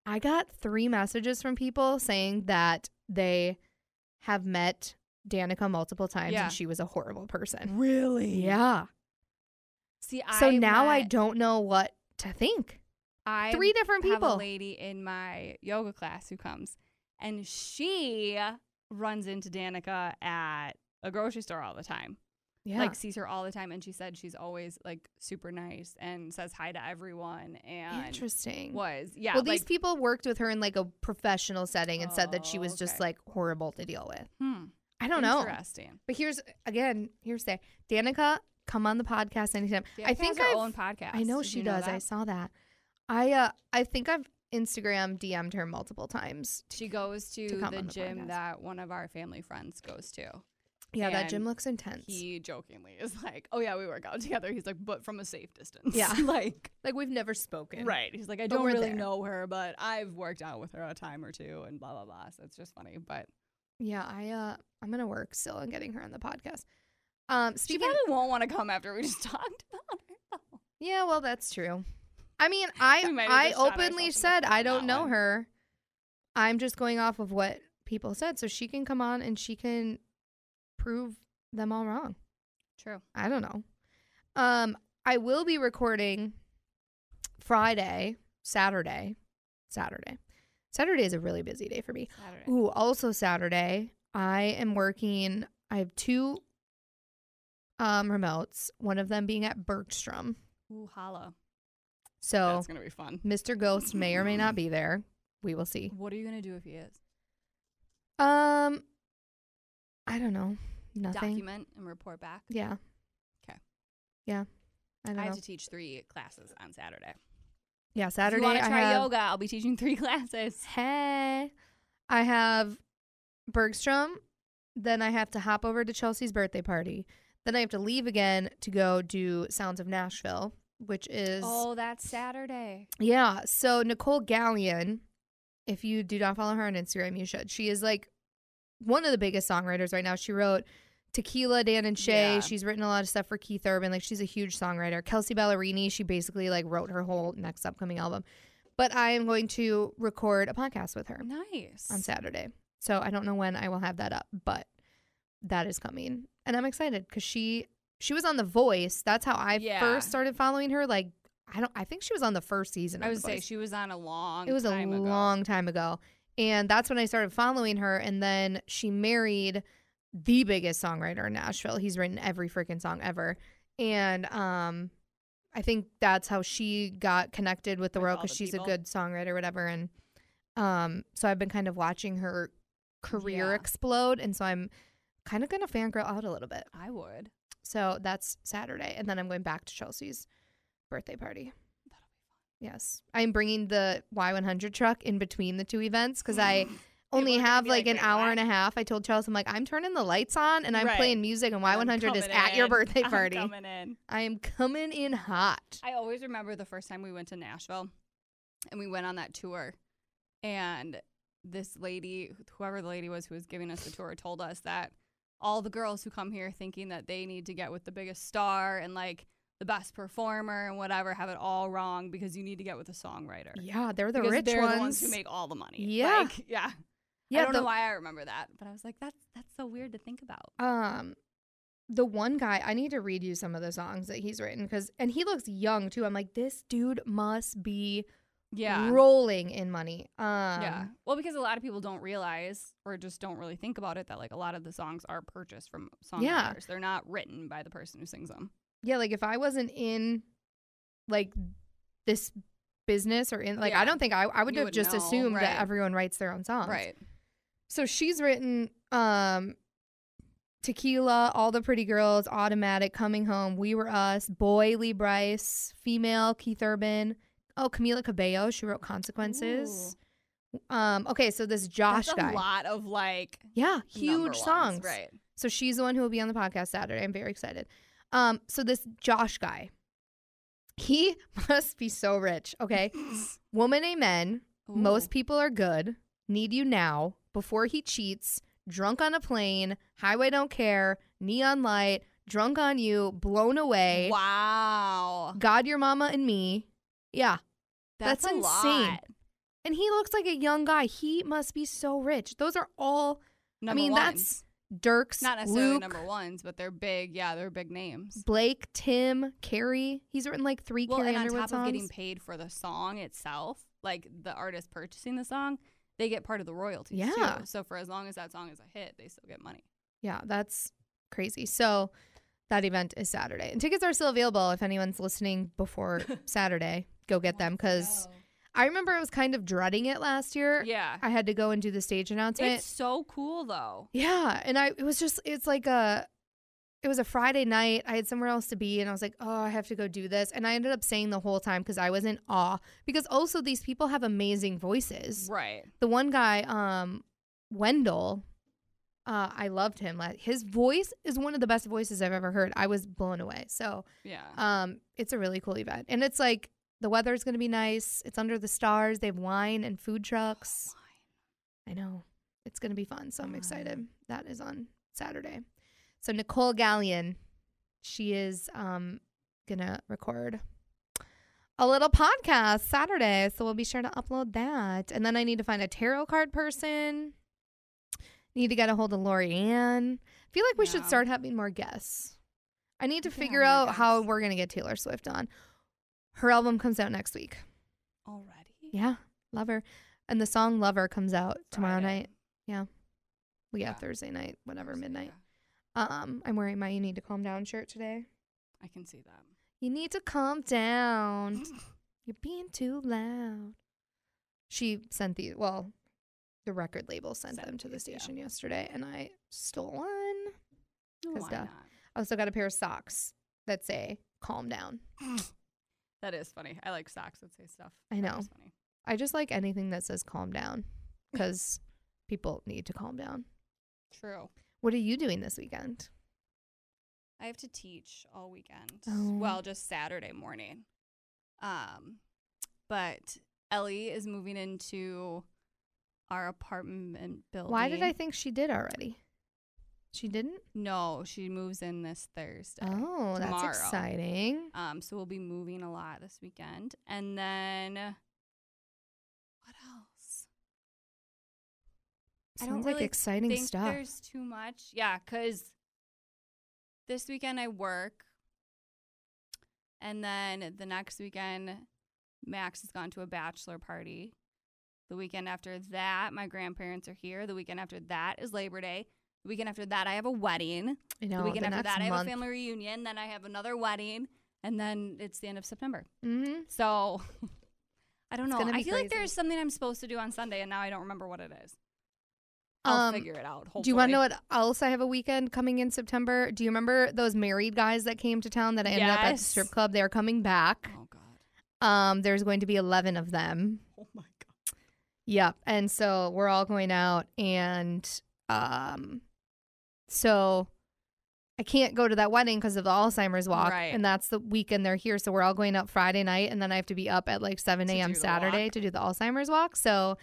S3: I got 3 messages from people saying that they have met Danica multiple times
S4: Yeah.
S3: and she was a horrible person.
S4: Really?
S3: Yeah.
S4: See,
S3: So
S4: I
S3: now I
S4: met-
S3: don't know what to think.
S4: I
S3: Three different
S4: have a
S3: people.
S4: lady in my yoga class who comes, and she runs into Danica at a grocery store all the time.
S3: Yeah.
S4: Like sees her all the time, and she said she's always like super nice and says hi to everyone. And
S3: Interesting.
S4: was yeah,
S3: well,
S4: like,
S3: these people worked with her in like a professional setting and said that she
S4: Oh,
S3: was just
S4: okay.
S3: like horrible to deal with.
S4: hmm,
S3: I don't know.
S4: Interesting.
S3: But here's again, here's there. Danica, come on the podcast anytime. I
S4: Danica has
S3: think
S4: her
S3: I've-
S4: own podcast.
S3: I know
S4: Did
S3: she
S4: you
S3: does. I
S4: that?
S3: saw that. I uh I think I've Instagram DM'd her multiple times.
S4: She goes to,
S3: come
S4: the
S3: on the
S4: gym
S3: podcast.
S4: that one of our family friends goes to.
S3: Yeah, that
S4: And
S3: gym looks intense.
S4: He jokingly is like, "Oh yeah, we work out together." He's like, "But from a safe distance."
S3: Yeah.
S4: like
S3: like we've never spoken.
S4: Right. He's like, I
S3: But
S4: don't
S3: we're
S4: really
S3: there.
S4: know her, but I've worked out with her a time or two and blah, blah, blah. So it's just funny. But
S3: Yeah, I uh I'm gonna work still on getting her on the podcast. Um
S4: she
S3: speaking
S4: probably won't want to come after we just talked about her.
S3: Yeah, well that's true. I mean I
S4: We might have
S3: I
S4: just shot
S3: openly
S4: ourselves in the
S3: said
S4: foot
S3: I
S4: on
S3: don't
S4: that
S3: know
S4: one.
S3: her. I'm just going off of what people said. So she can come on and she can prove them all wrong.
S4: True.
S3: I don't know. Um, I will be recording Friday, Saturday, Saturday. Saturday is a really busy day for me.
S4: Saturday.
S3: Ooh, also Saturday, I am working. I have two um remotes. One of them being at Bergstrom.
S4: Ooh, holla.
S3: So
S4: That's going to be fun.
S3: Mr. Ghost may or may not be there. We will see.
S4: What are you going to do if he is? Mm-hmm.
S3: Um, I don't know. Nothing.
S4: Document and report back.
S3: Yeah.
S4: 'Kay.
S3: Yeah. I
S4: I,
S3: don't know.
S4: have to teach three classes on Saturday.
S3: Yeah,
S4: if
S3: Saturday.
S4: you want to
S3: I
S4: try
S3: have,
S4: yoga, I'll be teaching three classes.
S3: Hey. I have Bergstrom. Then I have to hop over to Chelsea's birthday party. Then I have to leave again to go do Sounds of Nashville, which is
S4: Oh, that's Saturday.
S3: yeah. So Nicole Gallion, if you do not follow her on Instagram, you should. She is like one of the biggest songwriters right now. She wrote Tequila, Dan and Shay.
S4: Yeah.
S3: She's written a lot of stuff for Keith Urban. Like she's a huge songwriter. Kelsey Ballerini, she basically like wrote her whole next upcoming album. But I am going to record a podcast with her
S4: Nice.
S3: on Saturday. So I don't know when I will have that up, but that is coming. And I'm excited cuz she she was on The Voice. That's how I
S4: Yeah.
S3: first started following her like I don't I think she was on the first season of
S4: I
S3: The
S4: would say
S3: Voice.
S4: she was on a long
S3: It was a
S4: time ago.
S3: long time ago. And that's when I started following her. And then she married the biggest songwriter in Nashville. He's written every freaking song ever. And um, I think that's how she got connected with the
S4: With
S3: world
S4: all
S3: because
S4: the
S3: she's
S4: people.
S3: a good songwriter, whatever. And um, so I've been kind of watching her career
S4: Yeah.
S3: explode. And so I'm kind of going to fangirl out a little bit.
S4: I would.
S3: So that's Saturday. And then I'm going back to Chelsea's birthday party. Yes. I'm bringing the Y100 truck in between the two events because I only
S4: are gonna
S3: have
S4: be
S3: like,
S4: like,
S3: an
S4: "Wait,
S3: hour
S4: what?"
S3: and a half. I told Chelsea, I'm like, I'm turning the lights on and I'm
S4: Right.
S3: playing music, and
S4: I'm
S3: Y100 is
S4: coming
S3: at your
S4: in.
S3: birthday
S4: I'm
S3: party.
S4: coming in.
S3: I am coming in hot.
S4: I always remember the first time we went to Nashville and we went on that tour. And this lady, whoever the lady was who was giving us the tour, told us that all the girls who come here thinking that they need to get with the biggest star and like the best performer and whatever have it all wrong because you need to get with a songwriter.
S3: Yeah, they're the
S4: Because
S3: rich
S4: they're
S3: ones.
S4: the ones who make all the money.
S3: Yeah.
S4: Like, yeah.
S3: yeah,
S4: I don't
S3: the,
S4: know why I remember that, but I was like, that's that's so weird to think about.
S3: um the one guy i need to read you some of the songs that he's written because and he looks young too i'm like this dude must be
S4: Yeah.
S3: rolling in money um
S4: yeah. Well, because a lot of people don't realize or just don't really think about it that like a lot of the songs are purchased from songwriters.
S3: Yeah.
S4: They're not written by the person who sings them.
S3: yeah like if i wasn't in like this business or in like i
S4: Yeah.
S3: don't think i, I would
S4: You
S3: have
S4: would
S3: just
S4: know,
S3: assumed
S4: right.
S3: that everyone writes their own songs
S4: Right.
S3: so she's written um tequila all the pretty girls automatic coming home we were us boy lee bryce female keith urban oh camila cabello she wrote consequences um okay so this josh
S4: That's
S3: guy
S4: a lot of like
S3: yeah
S4: number
S3: huge
S4: ones,
S3: songs
S4: Right.
S3: so she's the one who will be on the podcast saturday i'm very excited um so this josh guy he must be so rich okay woman amen most people are good need you now before he cheats, drunk on a plane, highway don't care, neon light, drunk on you, blown away,
S4: Wow.
S3: God, your mama, and me. Yeah.
S4: That's,
S3: That's
S4: a
S3: insane.
S4: lot.
S3: And he looks like a young guy. He must be so rich. Those are all
S4: Number
S3: mean,
S4: ones.
S3: that's Dirks,
S4: not necessarily
S3: Luke,
S4: number ones, but they're big. Yeah, they're big names.
S3: Blake, Tim, Carrie. He's written like three
S4: Well,
S3: Carrie
S4: and on
S3: Underwood
S4: top
S3: songs.
S4: of getting paid for the song itself, like the artist purchasing the song, they get part of the royalties
S3: Yeah.
S4: too. So for as long as that song is a hit, they still get money.
S3: yeah, that's crazy. So that event is Saturday, and tickets are still available. If anyone's listening before Saturday, go get them because I remember I was kind of dreading it last year.
S4: yeah,
S3: I had to go and do the stage announcement.
S4: it's so cool though.
S3: Yeah, and I it was just it's like a it was a Friday night. I had somewhere else to be and I was like, "Oh, I have to go do this." And I ended up staying the whole time cuz I was in awe because also these people have amazing voices.
S4: Right.
S3: The one guy um Wendell uh, I loved him. Like, His voice is one of the best voices I've ever heard. I was blown away. So,
S4: Yeah.
S3: um, it's a really cool event, and it's like the weather's going to be nice. It's under the stars. They have wine and food trucks. I know. It's going to be fun. So I'm excited.
S4: Um,
S3: That is on Saturday. So Nicole Gallion, she is um, going to record a little podcast Saturday. So we'll be sure to upload that. And then I need to find a tarot card person. Need to get a hold of Lori Ann. I feel like we should
S4: Yeah.
S3: start having more guests. I need to
S4: We can have
S3: figure
S4: more
S3: out how
S4: guests.
S3: we're going to get Taylor Swift on. Her album comes out next week.
S4: Oh, Already.
S3: Yeah, Lover. And the song Lover comes out tomorrow
S4: Friday.
S3: night. Well, yeah,
S4: Yeah.
S3: Thursday night, whatever,
S4: Thursday,
S3: midnight.
S4: yeah.
S3: Um, I'm wearing my "You Need to Calm Down" shirt today.
S4: I can see that.
S3: You need to calm down. You're being too loud. She sent the well, the record label sent,
S4: Sent
S3: them to the
S4: these, yeah.
S3: station yesterday, and I stole one.
S4: Why
S3: 'Cause duh.
S4: not?
S3: I also got a pair of socks that say "Calm Down."
S4: That is funny. I like socks that say stuff.
S3: I
S4: That
S3: know.
S4: is funny.
S3: I just like anything that says "Calm Down" because people need to calm down.
S4: True.
S3: What are you doing this weekend?
S4: I have to teach all weekend.
S3: Oh.
S4: Well, just Saturday morning. Um, but Ellie is moving into our apartment building.
S3: Why did I think she did already? She didn't.
S4: no, she moves in this Thursday.
S3: Oh, that's
S4: tomorrow.
S3: exciting.
S4: Um, so we'll be moving a lot this weekend, and then what else? I don't
S3: Sounds like
S4: really
S3: exciting
S4: think
S3: stuff.
S4: There's too much. Yeah, because this weekend I work. And then the next weekend, Max has gone to a bachelor party. The weekend after that, my grandparents are here. The weekend after that is Labor Day. The weekend after that, I have a wedding.
S3: I know.
S4: the weekend after
S3: next
S4: that, I have
S3: month.
S4: a family reunion. Then I have another wedding. And then it's the end of September.
S3: Mhm.
S4: So I don't
S3: It's
S4: know. I
S3: gonna be
S4: feel like
S3: crazy.
S4: there's something I'm supposed to do on Sunday, and now I don't remember what it is. I'll
S3: Um,
S4: figure it out. Hopefully.
S3: Do you want to know what else I have a weekend coming in September? Do you remember those married guys that came to town that I ended up at the
S4: Yes.
S3: strip club? They are coming back.
S4: Oh God.
S3: Um, there's going to be 11 of them.
S4: Oh my God.
S3: Yep. And so we're all going out, and um, so I can't go to that wedding because of the Alzheimer's walk,
S4: Right.
S3: and that's the weekend they're here. So we're all going out Friday night, and then I have to be up at like 7
S4: To
S3: a.m.
S4: do the
S3: Saturday
S4: walk.
S3: to do the Alzheimer's walk. So,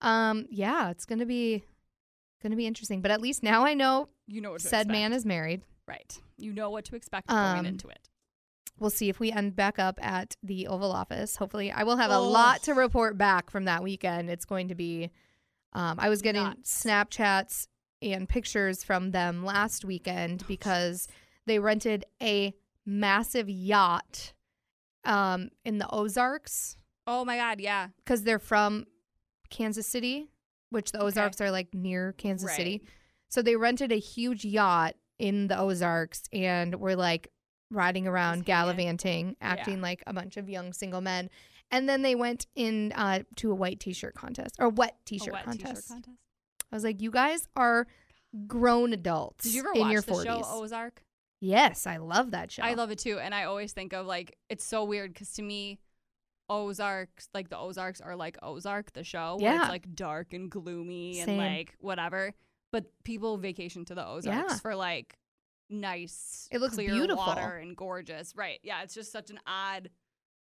S3: um, yeah, it's gonna be gonna be interesting. But at least now I know
S4: You know what to
S3: said
S4: expect.
S3: man is married.
S4: right. You know what to expect
S3: Um,
S4: going into it.
S3: We'll see if we end back up at the Oval Office. Hopefully, I will have a
S4: Oh.
S3: lot to report back from that weekend. It's going to be. Um, I was getting
S4: Nuts.
S3: Snapchats and pictures from them last weekend because they rented a massive yacht um, in the Ozarks
S4: Oh my God. Yeah.
S3: because they're from Kansas City, which the Ozarks are like near Kansas
S4: right.
S3: City. So they rented a huge yacht in the Ozarks and were like riding around,
S4: Just hanging.
S3: gallivanting, acting like a bunch of young single men. And then they went in uh, to a white t-shirt contest or wet
S4: A
S3: t-shirt
S4: wet
S3: contest.
S4: T-shirt contest.
S3: I was like, you guys are grown adults
S4: Did you ever
S3: in
S4: watch
S3: your
S4: the
S3: 40s.
S4: show Ozark?
S3: Yes, I love that show.
S4: I love it too, and I always think of like it's so weird because to me. Ozarks, like the Ozarks are like Ozark, the show, where
S3: Yeah.
S4: it's like dark and gloomy
S3: Same.
S4: and like whatever. But people vacation to the Ozarks
S3: Yeah.
S4: for like nice,
S3: It looks
S4: clear
S3: beautiful.
S4: water and gorgeous. Right. Yeah. It's just such an odd,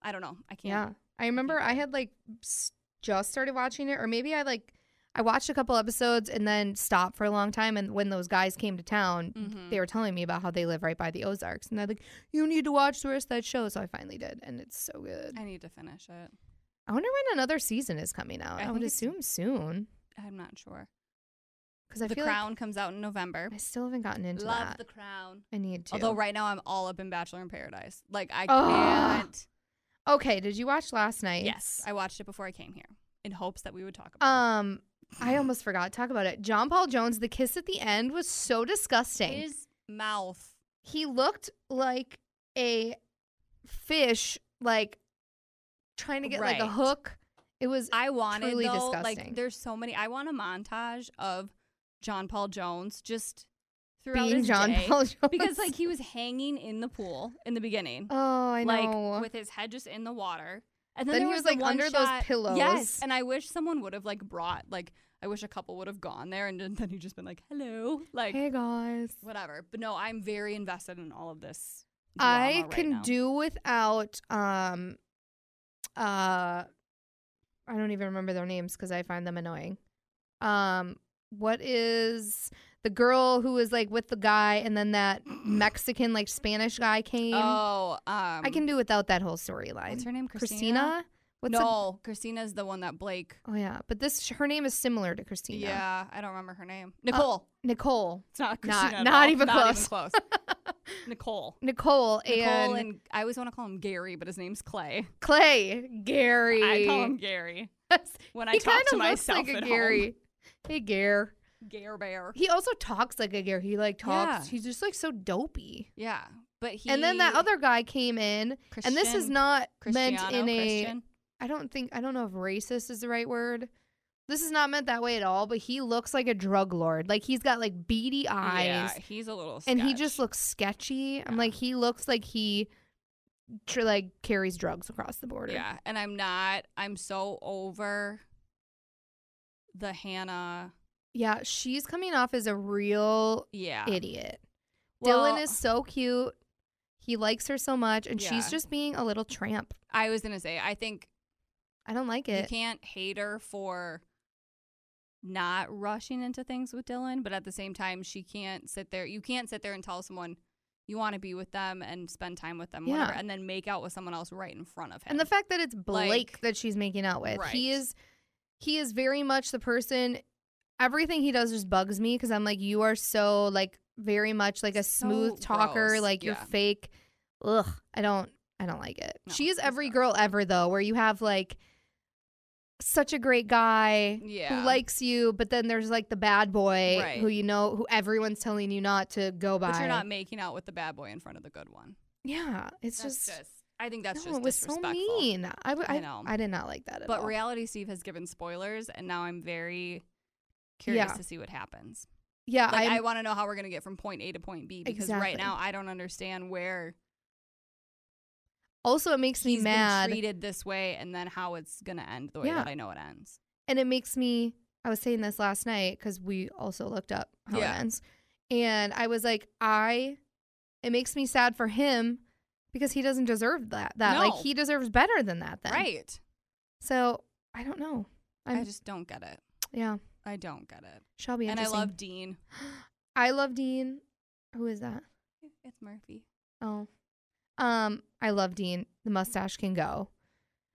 S4: I don't know. I can't.
S3: Yeah. I remember I
S4: that.
S3: had like s- just started watching it, or maybe I like I watched a couple episodes and then stopped for a long time. And when those guys came to town,
S4: Mhm.
S3: they were telling me about how they live right by the Ozarks. And they're like, you need to watch the rest of that show. So I finally did. And it's so good.
S4: I need to finish it.
S3: I wonder when another season is coming out.
S4: I
S3: I,
S4: think
S3: would
S4: it's-
S3: assume soon.
S4: I'm not sure.
S3: Because I
S4: the
S3: feel
S4: Crown comes out in November.
S3: like I still haven't gotten into
S4: Love
S3: that.
S4: The Crown.
S3: I need to.
S4: Although right now I'm all up in Bachelor in Paradise. Like I
S3: Oh. Ugh.
S4: can't.
S3: okay, did you watch last night?
S4: Yes, I watched it before I came here in hopes that we would talk about
S3: Um, I almost forgot to talk about it. John Paul Jones, the kiss at the end was so disgusting.
S4: it. His mouth.
S3: he looked like a fish, like trying to get like
S4: Right.
S3: a hook. It was
S4: I wanted
S3: Truly
S4: though,
S3: disgusting.
S4: like there's so many. I want a montage of John Paul Jones just throughout
S3: being
S4: his
S3: John
S4: day.
S3: Paul Jones
S4: because like he was hanging in the pool in the beginning,
S3: oh, I
S4: like
S3: know.
S4: with his head just in the water. And then,
S3: Then
S4: there
S3: he
S4: was,
S3: was,
S4: the
S3: like,
S4: one
S3: under those
S4: shot-
S3: pillows.
S4: Yes, and I wish someone would have like brought like I wish a couple would have gone there and then he just been like hello like
S3: hey guys,
S4: whatever. But no, I'm very invested in all of this.
S3: I
S4: drama right
S3: can
S4: now.
S3: do without um, uh, I don't even remember their names because I find them annoying. Um, what is the girl who was like with the guy and then that Mexican like Spanish guy came?
S4: Oh, um,
S3: I can do without that whole
S4: What's
S3: storyline.
S4: her name? Christina.
S3: Christina? What's the-
S4: no, Christina's the one that Blake.
S3: Oh yeah, but this her name is similar to Christina.
S4: Yeah, I don't remember her name. Nicole.
S3: Nicole,
S4: it's not Christina. at
S3: not
S4: all.
S3: even
S4: Not
S3: close.
S4: even close. Nicole.
S3: Nicole,
S4: Nicole
S3: and,
S4: and I always want to call him Gary, but his name's Clay.
S3: Clay, Gary.
S4: I call him Gary when I
S3: he
S4: talk
S3: kind
S4: to
S3: of looks
S4: myself
S3: like a
S4: at
S3: Gary.
S4: home.
S3: Hey, Gare.
S4: Gare Bear.
S3: He also talks like a Gare. He like talks.
S4: Yeah.
S3: He's just like so dopey.
S4: Yeah, but he
S3: and then that other guy came in, and this is
S4: Christian-
S3: not meant
S4: Cristiano
S3: in a.
S4: Christian.
S3: I don't think I don't know if racist is the right word. This is not meant that way at all. But he looks like a drug lord. Like he's got like beady eyes.
S4: Yeah, he's a little.
S3: and he just
S4: sketch.
S3: looks sketchy. I'm
S4: Yeah.
S3: like, he looks like he tr- like carries drugs across the border.
S4: Yeah, and I'm not. I'm so over the Hannah.
S3: yeah. She's coming off as a real
S4: Yeah,
S3: idiot.
S4: Well,
S3: Dylan is so cute. He likes her so much, and she's
S4: Yeah.
S3: just being a little tramp.
S4: I was gonna say. I think
S3: I don't like
S4: you
S3: it.
S4: can't hate her for not rushing into things with Dylan, but at the same time, she can't sit there. You can't sit there and tell someone you want to be with them and spend time with them, whatever,
S3: Yeah.
S4: and then make out with someone else right in front of him.
S3: And the fact that it's Blake
S4: Like-
S3: that she's making out with, he
S4: Right.
S3: is, he is very much the person. Everything he does just bugs me because I'm like, you are so like very much like a
S4: So
S3: smooth talker,
S4: gross.
S3: like you're
S4: Yeah.
S3: fake. Ugh, I don't, I don't like it.
S4: No,
S3: she is
S4: he's
S3: every
S4: gross.
S3: girl ever though, where you have like such a great guy
S4: Yeah.
S3: who likes you, but then there's like the bad boy
S4: Right.
S3: who you know who everyone's telling you not to go by.
S4: but you're not making out with the bad boy in front of the good one.
S3: Yeah, it's
S4: That's
S3: just,
S4: I think that's
S3: no,
S4: just
S3: it was so
S4: disrespectful.
S3: mean. I, w- I,
S4: I
S3: I
S4: know.
S3: did not like that at
S4: But
S3: all.
S4: reality Steve has given spoilers, and now I'm very curious
S3: Yeah.
S4: to see what happens.
S3: yeah,
S4: Like,
S3: I'm-
S4: I want to know how we're going to get from point A to point B because
S3: Exactly.
S4: right now I don't understand where
S3: Also, it makes me
S4: he's
S3: mad,
S4: been treated this way and then how it's going to end the way
S3: Yeah.
S4: that I know it ends.
S3: and it makes me. I was saying this last night because we also looked up how
S4: Yeah.
S3: it ends, and I was like, I. It makes me sad for him because he doesn't deserve that. That like
S4: No.
S3: he deserves better than that. Then
S4: Right.
S3: So I don't know. I'm,
S4: I just don't get it.
S3: yeah,
S4: I don't get it.
S3: shall be
S4: and I
S3: interesting.
S4: love Dean.
S3: I love Dean. Who is that?
S4: It's Murphy.
S3: Oh, um, I love Dean. The mustache can go.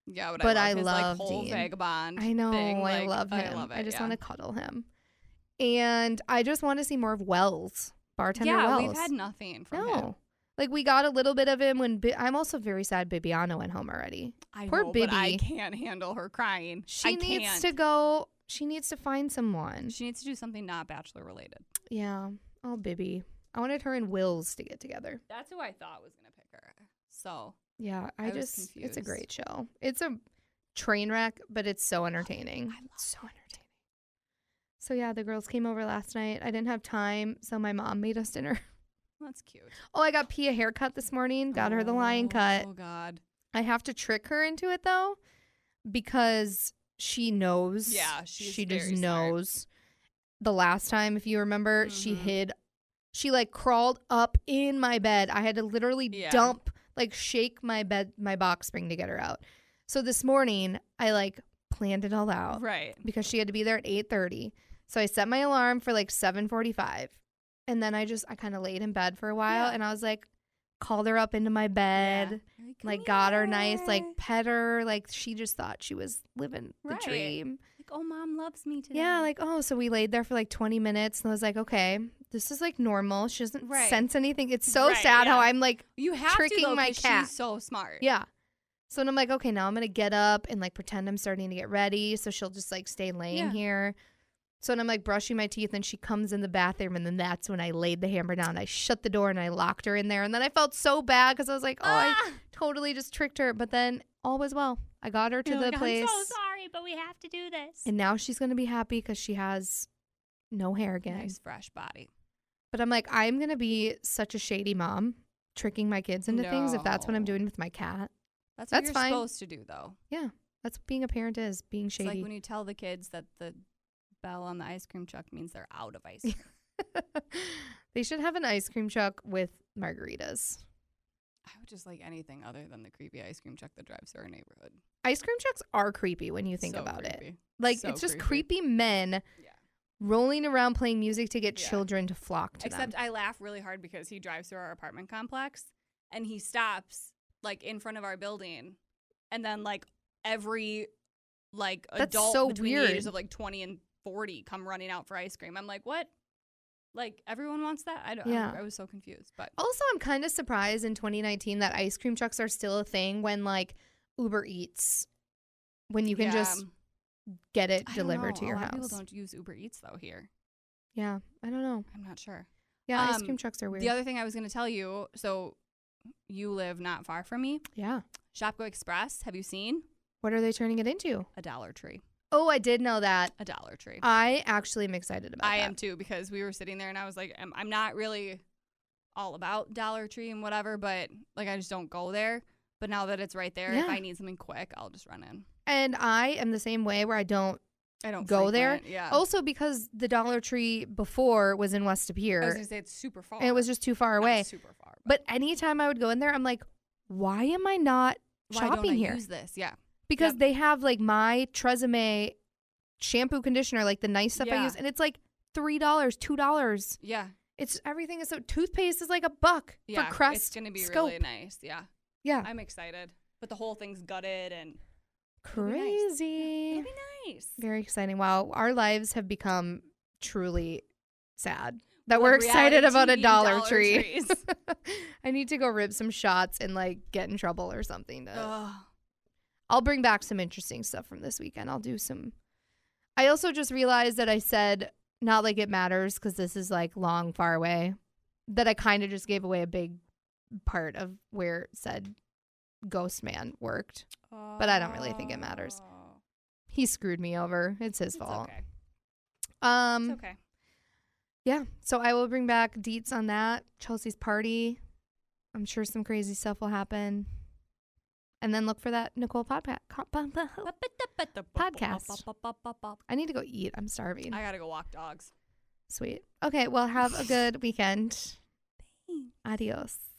S4: Yeah, but,
S3: But
S4: I
S3: I
S4: love, his,
S3: love
S4: like, whole
S3: Dean.
S4: vagabond.
S3: I know.
S4: thing.
S3: I
S4: Like,
S3: love him.
S4: I love it.
S3: just
S4: yeah.
S3: want to cuddle him. And I just want to see more of Wells, bartender
S4: Yeah,
S3: Wells.
S4: we've had nothing from
S3: no.
S4: him.
S3: Like we got a little bit of him when Bi- I'm also very sad Bibiana went home already.
S4: I
S3: Poor
S4: know, but I
S3: Bibby.
S4: can't handle her crying.
S3: She
S4: I
S3: needs
S4: can't.
S3: to go. She needs to find someone.
S4: She needs to do something not bachelor related.
S3: yeah. Oh, Bibby. I wanted her and Wills to get together.
S4: That's who I thought was gonna pick her. So
S3: Yeah, I,
S4: I was
S3: just it's a
S4: confused.
S3: great show. It's a train wreck, but it's so entertaining.
S4: I love
S3: It's so entertaining. So yeah, the girls came over last night. I didn't have time, so my mom made us dinner.
S4: that's cute.
S3: Oh, I got Pia a haircut this morning. Got her the lion cut.
S4: Oh God.
S3: I have to trick her into it though, because she knows.
S4: Yeah, she's
S3: she just
S4: very smart.
S3: knows. The last time, if you remember, she
S4: Mhm.
S3: hid. She like crawled up in my bed. I had to literally
S4: Yeah.
S3: dump, like shake my bed, my box spring to get her out. So this morning, I like planned it all out
S4: Right.
S3: because she had to be there at 8:30. So I set my alarm for like 7:45. And then I just I kind of laid in bed for a while
S4: Yeah.
S3: and I was like called her up into my bed. Like got her nice, like pet her, like she just thought she was living the
S4: Right.
S3: dream.
S4: like oh, mom loves me today.
S3: Yeah, like oh, so we laid there for like 20 minutes, and I was like, okay, this is like normal. She doesn't
S4: Right.
S3: sense anything. It's so
S4: Right,
S3: sad how
S4: yeah.
S3: I'm like,
S4: you have
S3: tricking
S4: to though,
S3: my
S4: 'cause
S3: cat.
S4: She's so smart.
S3: yeah. So then I'm like, okay, now I'm gonna get up and like pretend I'm starting to get ready, so she'll just like stay laying
S4: Yeah.
S3: here. So then I'm like brushing my teeth, and she comes in the bathroom, and then that's when I laid the hammer down. I shut the door and I locked her in there, and then I felt so bad because I was like, oh, I
S4: Ah!
S3: totally just tricked her. But then all was well. I got her to
S4: You're
S3: the
S4: like,
S3: place.
S4: I'm so sorry, but we have to do this.
S3: And now she's going to be happy because she has no hair again.
S4: Nice fresh body.
S3: But I'm like, I'm going to be such a shady mom, tricking my kids into things if that's what I'm
S4: No.
S3: doing with my cat. That's
S4: That's, what you're
S3: fine.
S4: supposed to do though.
S3: That's what being a parent is being
S4: It's like
S3: shady.
S4: when you tell the kids that the bell on the ice cream truck means they're out of ice cream.
S3: they should have an ice cream truck with margaritas.
S4: I would just like anything other than the creepy ice cream truck that drives through our neighborhood.
S3: Ice cream trucks are creepy when you think
S4: So
S3: about it.
S4: creepy.
S3: Like,
S4: So
S3: it's just creepy,
S4: creepy.
S3: men
S4: Yeah.
S3: rolling around playing music to get
S4: Yeah.
S3: children to flock to
S4: Except
S3: them.
S4: I laugh really hard because he drives through our apartment complex and he stops like in front of our building and then like every like
S3: That's
S4: adult
S3: so
S4: between the ages
S3: weird.
S4: of like 20 and 40 come running out for ice cream. I'm like, "What? Like everyone wants that?" I don't
S3: Yeah.
S4: I, I was so confused, but
S3: Also, I'm kind of surprised in 2019 that ice cream trucks are still a thing when like Uber Eats, when you can
S4: Yeah. um,
S3: just get it
S4: I don't
S3: delivered
S4: know.
S3: to
S4: A
S3: your
S4: lot of
S3: house.
S4: People don't use Uber Eats though here.
S3: Yeah, I don't know.
S4: I'm not sure.
S3: Yeah, ice
S4: Um,
S3: cream trucks are weird.
S4: The other thing I was going to tell you, so you live not far from me.
S3: yeah.
S4: Shopko Express, have you seen?
S3: What are they turning it into?
S4: A Dollar Tree.
S3: Oh, I did know that.
S4: A Dollar Tree.
S3: I actually am excited about
S4: I
S3: that.
S4: am too because we were sitting there and I was like, I'm, I'm not really all about Dollar Tree and whatever, but like I just don't go there. But now that it's right there, if
S3: Yeah.
S4: I need something quick, I'll just run in.
S3: And I am the same way where I don't.
S4: I don't
S3: Go there? Oh,
S4: frequent- Yeah.
S3: Also, because the Dollar Tree before was in West
S4: I was
S3: Appear
S4: gonna say oh, it's super far.
S3: and it was just too far
S4: Not
S3: away.
S4: Super far.
S3: But anytime I would go in there, I'm like, why am I not
S4: why
S3: shopping
S4: don't I
S3: here?
S4: Use this, yeah.
S3: because
S4: Yep.
S3: they have like my Tresemme shampoo conditioner, like the nice stuff I
S4: Yeah.
S3: use, and it's like three dollars, two dollars.
S4: Yeah.
S3: It's everything is so toothpaste is like a buck
S4: Yeah.
S3: for Crest.
S4: it's gonna be
S3: scope.
S4: really nice. Yeah.
S3: yeah,
S4: I'm excited. But the whole thing's gutted and it'll be nice. Yeah,
S3: crazy,
S4: It'll be nice.
S3: very exciting. Wow, our lives have become truly sad that
S4: Like
S3: we're excited
S4: reality
S3: about a
S4: TV and
S3: Dollar,
S4: Dollar
S3: Tree.
S4: Trees.
S3: I need to go rib some shots and like get in trouble or something. To,
S4: Ugh.
S3: I'll bring back some interesting stuff from this weekend. I'll do some. I also just realized that I said not like it matters because this is like long, far away. That I kind of just gave away a big part of where said ghost man worked. But I don't really think it matters.
S4: Oh.
S3: He screwed me over. It's his
S4: It's
S3: fault.
S4: okay.
S3: Um,
S4: It's okay.
S3: yeah. So I will bring back deets on that Chelsea's party. I'm sure some crazy stuff will happen, and then look for that Nicole podcast.
S4: Podcast.
S3: I need to go eat. I'm starving.
S4: I gotta go walk dogs.
S3: Sweet. Okay. Well, have a good weekend.
S4: Thanks.
S3: Adios.